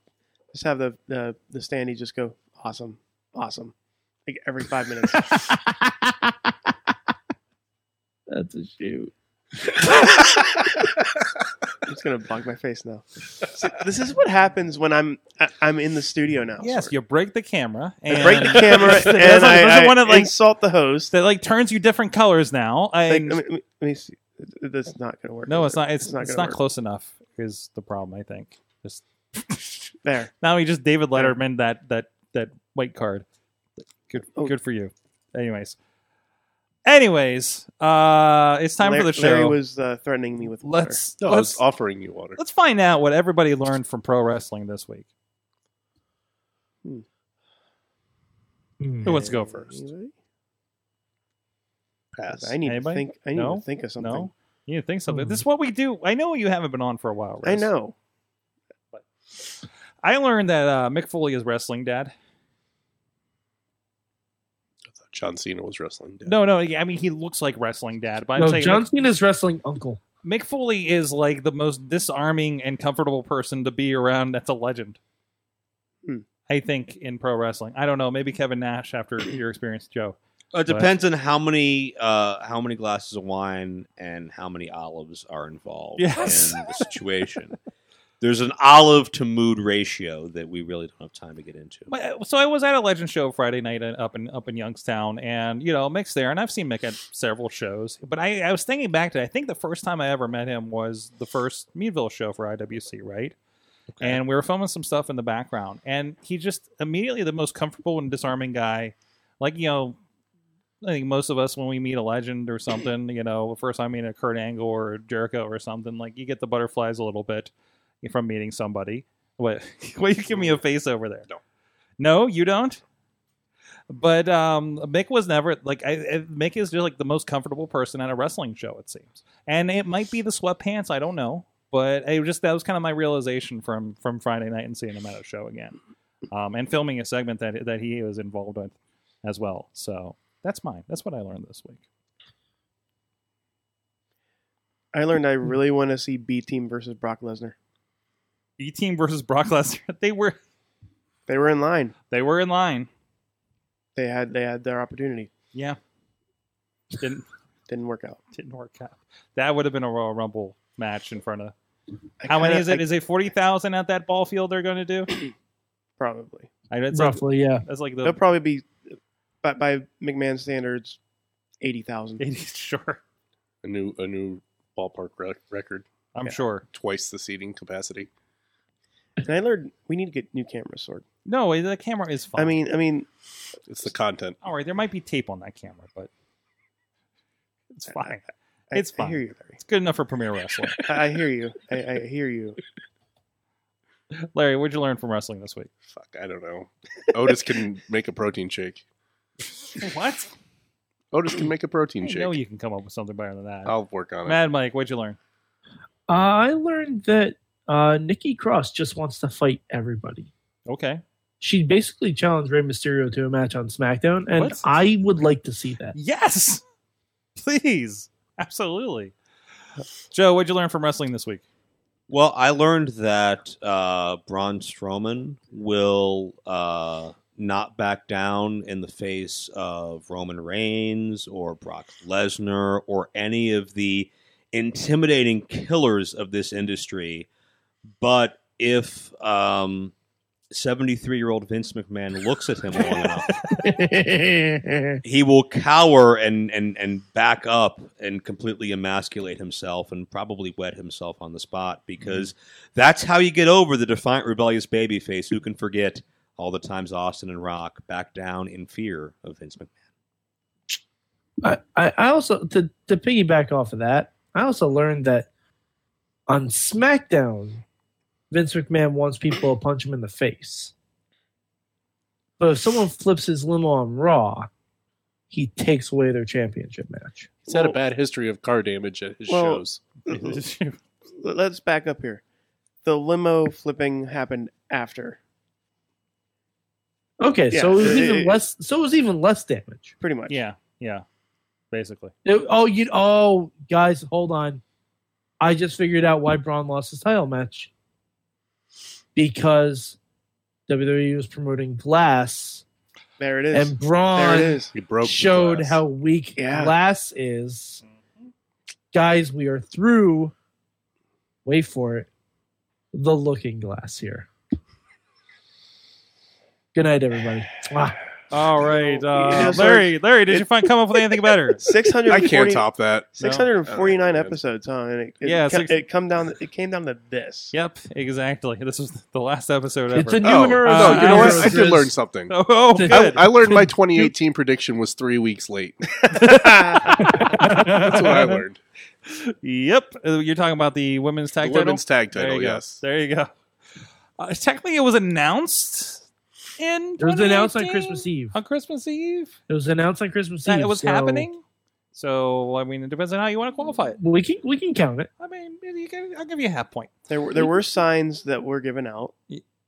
just have the the, the standee just go awesome, awesome, like every five minutes. That's a shoot. I'm just gonna block my face now. So this is what happens when I'm I- I'm in the studio now. Yes, Sorg. you break the camera. And I break the camera There's a- and I, there's a I one that, like, insult the host. that like turns you different colors now. Like, And let, me, let me- let me see. That's not gonna work. no, it's not. It's, it's gonna not work. close enough. Is the problem? I think. Just There. now we just David Letterman that that that white card. Good, Oh. good for you. Anyways, anyways, uh, it's time Larry, for the show. Larry was uh, threatening me with water. let's No, I let's was offering you water. let's find out what everybody learned from pro wrestling this week. Hmm. Who wants to go first? Pass. I need Anybody? to think. I need No? to think of something. No, you need to think something. Hmm. This is what we do. I know you haven't been on for a while. I Russ. know. I learned that uh, Mick Foley is wrestling dad. John Cena was wrestling. Dad. No, no. I mean, he looks like wrestling dad, but I'm No, saying John Cena's wrestling uncle. Mick Foley is like the most disarming and comfortable person to be around. That's a legend. Hmm. I think in pro wrestling. I don't know. Maybe Kevin Nash after your experience, Joe. It Uh, depends on how many uh, how many glasses of wine and how many olives are involved Yes. in the situation. There's an olive to mood ratio that we really don't have time to get into. But- uh, So I was at a legend show Friday night in- up in up in Youngstown, and you know Mick's there, and I've seen Mick at several shows. But I, I was thinking back to I think the first time I ever met him was the first Meadville show for IWC, right? And we were filming some stuff in the background, and he just immediately the most comfortable and disarming guy. Like you know, I think most of us when we meet a legend or something, you know, the first time meeting a Kurt Angle or Jericho or something, like you get the butterflies a little bit from meeting somebody. What? Why you give me a face over there? No. no, you don't. But um, Mick was never like I, I- Mick is just like the most comfortable person at a wrestling show, it seems, and it might be the sweatpants. I don't know, but I just that was kind of my realization from from Friday night and seeing him at a show again, um, and filming a segment that that he was involved with as well. So that's mine. That's what I learned this week. I learned I really want to see B Team versus Brock Lesnar. E Team versus Brock Lesnar. They were They were in line. they were in line. They had they had their opportunity. Yeah, didn't Didn't work out. didn't work out. That would have been a Royal Rumble match in front of. I How many kinda- is it? I- Is it forty thousand at that ball field? They're going to do. probably. I it's like, Roughly, yeah. that's like They'll the probably be by, by McMahon standards, eighty thousand. 80s, sure. A new a new ballpark rec- record. I'm Yeah. sure. Twice the seating capacity. And I learned we need to get new cameras, sword. No, eh, the camera is fine. I mean, I mean, It's the content. all right, there might be tape on that camera, but it's fine. I, It's I fine. hear you, Larry. It's good enough for Premier Wrestling. I, I hear you. I, I hear you. Larry, what'd you learn from wrestling this week? Fuck, I don't know. Otis can make a protein shake. What? Otis can make a protein I shake. know you can come up with something better than that. I'll work on it. Mad Mike, what'd you learn? Uh, I learned that uh, Nikki Cross just wants to fight everybody. Okay. She basically challenged Rey Mysterio to a match on SmackDown, and What? I would like to see that. Yes. Please. Absolutely. Joe, what'd you learn from wrestling this week? Well, I learned that uh, Braun Strowman will uh, not back down in the face of Roman Reigns or Brock Lesnar or any of the intimidating killers of this industry. But if 73 year old Vince McMahon looks at him long enough, he will cower and, and, and back up and completely emasculate himself and probably wet himself on the spot because that's how you get over the defiant, rebellious babyface who can forget all the times Austin and Rock back down in fear of Vince McMahon. I, I I also to to piggyback off of that, I also learned that on SmackDown, Vince McMahon wants people to punch him in the face. But if someone flips his limo on Raw, he takes away their championship match. He's had a bad history of car damage at his Well, shows. let- Let's back up here. The limo flipping happened after, Okay, Yeah, so it was it- even it- less. So it was even less damage. pretty much. Yeah, yeah, basically. It- oh, you. Oh, guys, hold on. I just figured out why Braun lost his title match because WWE was promoting glass, There it is. and there it Braun is. He broke. the showed glass. how weak Yeah. glass is. Guys, we are through. Wait for it. The Looking Glass here. Good night, everybody. Ah, Mwah. All right, You uh, know, so- Larry. Larry, did you find come up with anything better? Six hundred. I can't top that. Six hundred and forty-nine No. episodes, huh? And it, it, Yeah, ca- six- it come down. It came down to this. Yep, exactly. This was the last episode ever. It's a new Oh, era. of oh, you know what? superheroes, I did Chris. learn something. oh, oh, It's a- good. I learned my 2018 prediction was three weeks late. That's what I learned. Yep, Uh, you're talking about the women's The tag title. women's tag there title, you go. yes. There you go. Uh, technically, it was announced in. It was announced on 2018? Christmas Eve. On Christmas Eve, It was announced on Christmas that Eve. it was so happening. So I mean, it depends on how you want to qualify it. We can we can count it. I mean, you can, I'll give you a half point. There were there were signs that were given out.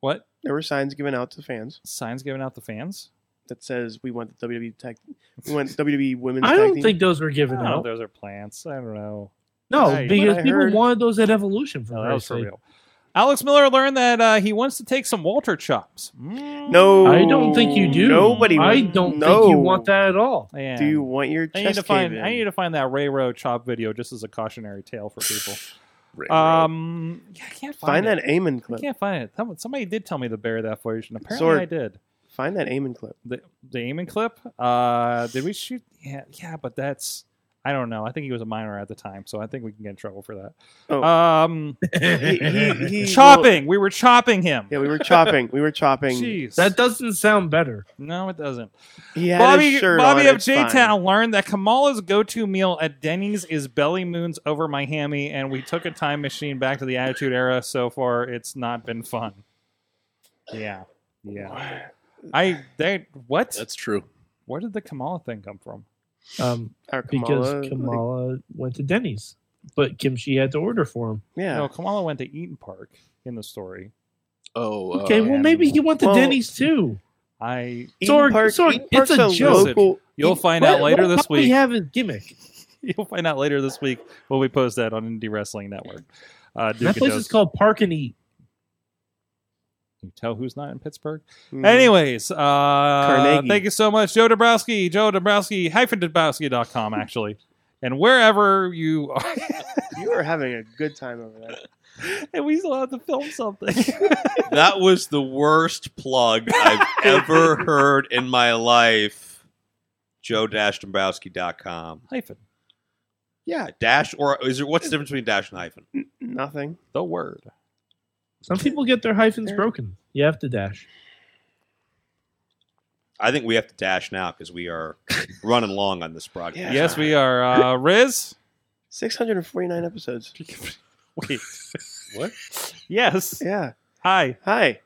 What There were signs given out to fans signs given out the fans? that says we want the WWE tag. We want WWE women's. I tag don't team. think those were I given don't know. out. Those are plants. I don't know. No, Right. because But I people heard- wanted those at Evolution for No, that was Christ's for sake. real. Alex Miller learned that uh, he wants to take some Walter chops. Mm. No, I don't think you do. Nobody. I don't no. think you want that at all. And Do you want your chest I need to find. caved in? I need to find that Ray Row chop video just as a cautionary tale for people. Right, right. um, yeah, I can't find, find it. that Amon I clip. can't find it. Someone- Somebody did tell me to bear that for you, and apparently Sorg. I did. Find that Amon clip. The the aiming clip. Uh, did we shoot? Yeah, yeah, but that's. I don't know. I think he was a minor at the time, so I think we can get in trouble for that. Oh. Um, He- he- he- chopping. we were chopping him. Yeah, we were chopping. We were chopping. Jeez. That doesn't sound better. no, it doesn't. He had Bobby, his shirt Bobby on, of it's J fine. Town learned that Kamala's go-to meal at Denny's is belly moons over my hammy, and we took a time machine back to the Attitude Era. So far, it's not been fun. Yeah, yeah. I they what? That's true. Where did the Kamala thing come from? Um, Or Kamala, because like- Kamala went to Denny's, but Kimchi had to order for him. yeah. No, Kamala went to Eaton Park in the story. Oh, Okay, well and- maybe he went to Well- Denny's too. I Eaton Sorg- Park- Sorg, Eaton it's Park's a joke. local- you'll find out What- later what this probably week. have a gimmick. You'll find out later this week when we post that on Indie Wrestling Network. Uh, Duke that and place Joe's- is called Park and Eat. Can you tell who's not in Pittsburgh? Mm. Anyways, uh, Carnegie. thank you so much, Joe Dabrowski, Joe Dabrowski, hyphen Dabrowski.com, actually. And wherever you are, you are having a good time over there. and we still have to film something. That was the worst plug I've ever heard in my life. Joe-Dombrowski.com. hyphen, Yeah, dash or is there what's the difference between dash and hyphen? N- Nothing. the word. Some people get their hyphens broken. You have to dash. I think we have to dash now because we are running long on this project. Yeah. Yes, we are. Uh, Riz? Six hundred and forty-nine episodes. Wait. what? Yes. Yeah. Hi. Hi.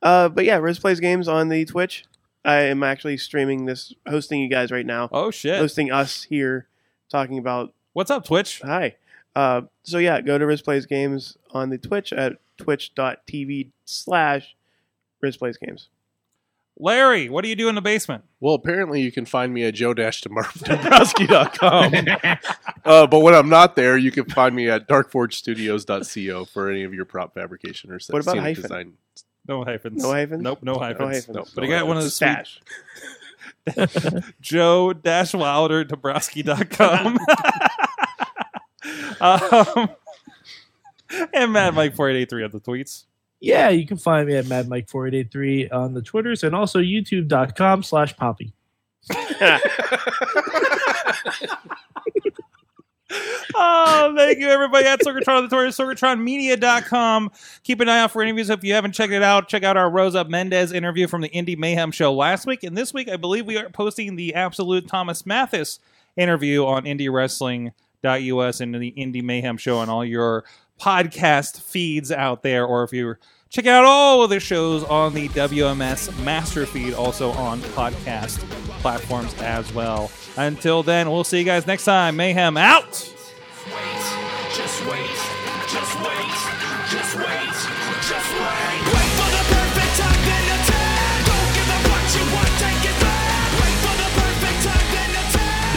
Uh, but yeah, Riz plays games on the Twitch. I am actually streaming this, hosting you guys right now, Oh, shit. hosting us here, talking about What's up, Twitch? Hi. Uh, so yeah, go to Riz Plays Games on the Twitch at twitch.tv slash Riz Plays Games. Larry, what do you do in the basement? Well, apparently you can find me at joe dombrowski.com. uh, but when I'm not there, you can find me at darkforgestudios.co for any of your prop fabrication or What about scenic hyphen? design. No hyphens. No hyphens? Nope, no hyphens. No hyphens. Nope, But he no got one of the hyphens. sweet Stash. joe wilder um, and Mad Mike 4883 on the tweets. Yeah, you can find me at MadMike4883 on the Twitters and also YouTube.com slash Poppy. oh, thank you, everybody. At Sorgatron on the Twitter, sorgatronmedia.com. Keep an eye out for interviews. If you haven't checked it out, check out our Rosa Mendez interview from the Indie Mayhem show last week. And this week, I believe we are posting the absolute Thomas Mathis interview on indiewrestling.us and the Indie Mayhem show on all your podcast feeds out there. Or if you're checking out all of the shows on the WMS Master Feed, also on podcast platforms as well. Until then, we'll see you guys next time. Mayhem out. Just wait, just wait, just wait, just wait. Wait for the perfect time, then attack. Don't give up what you want, take it back. Wait for the perfect time, then attack.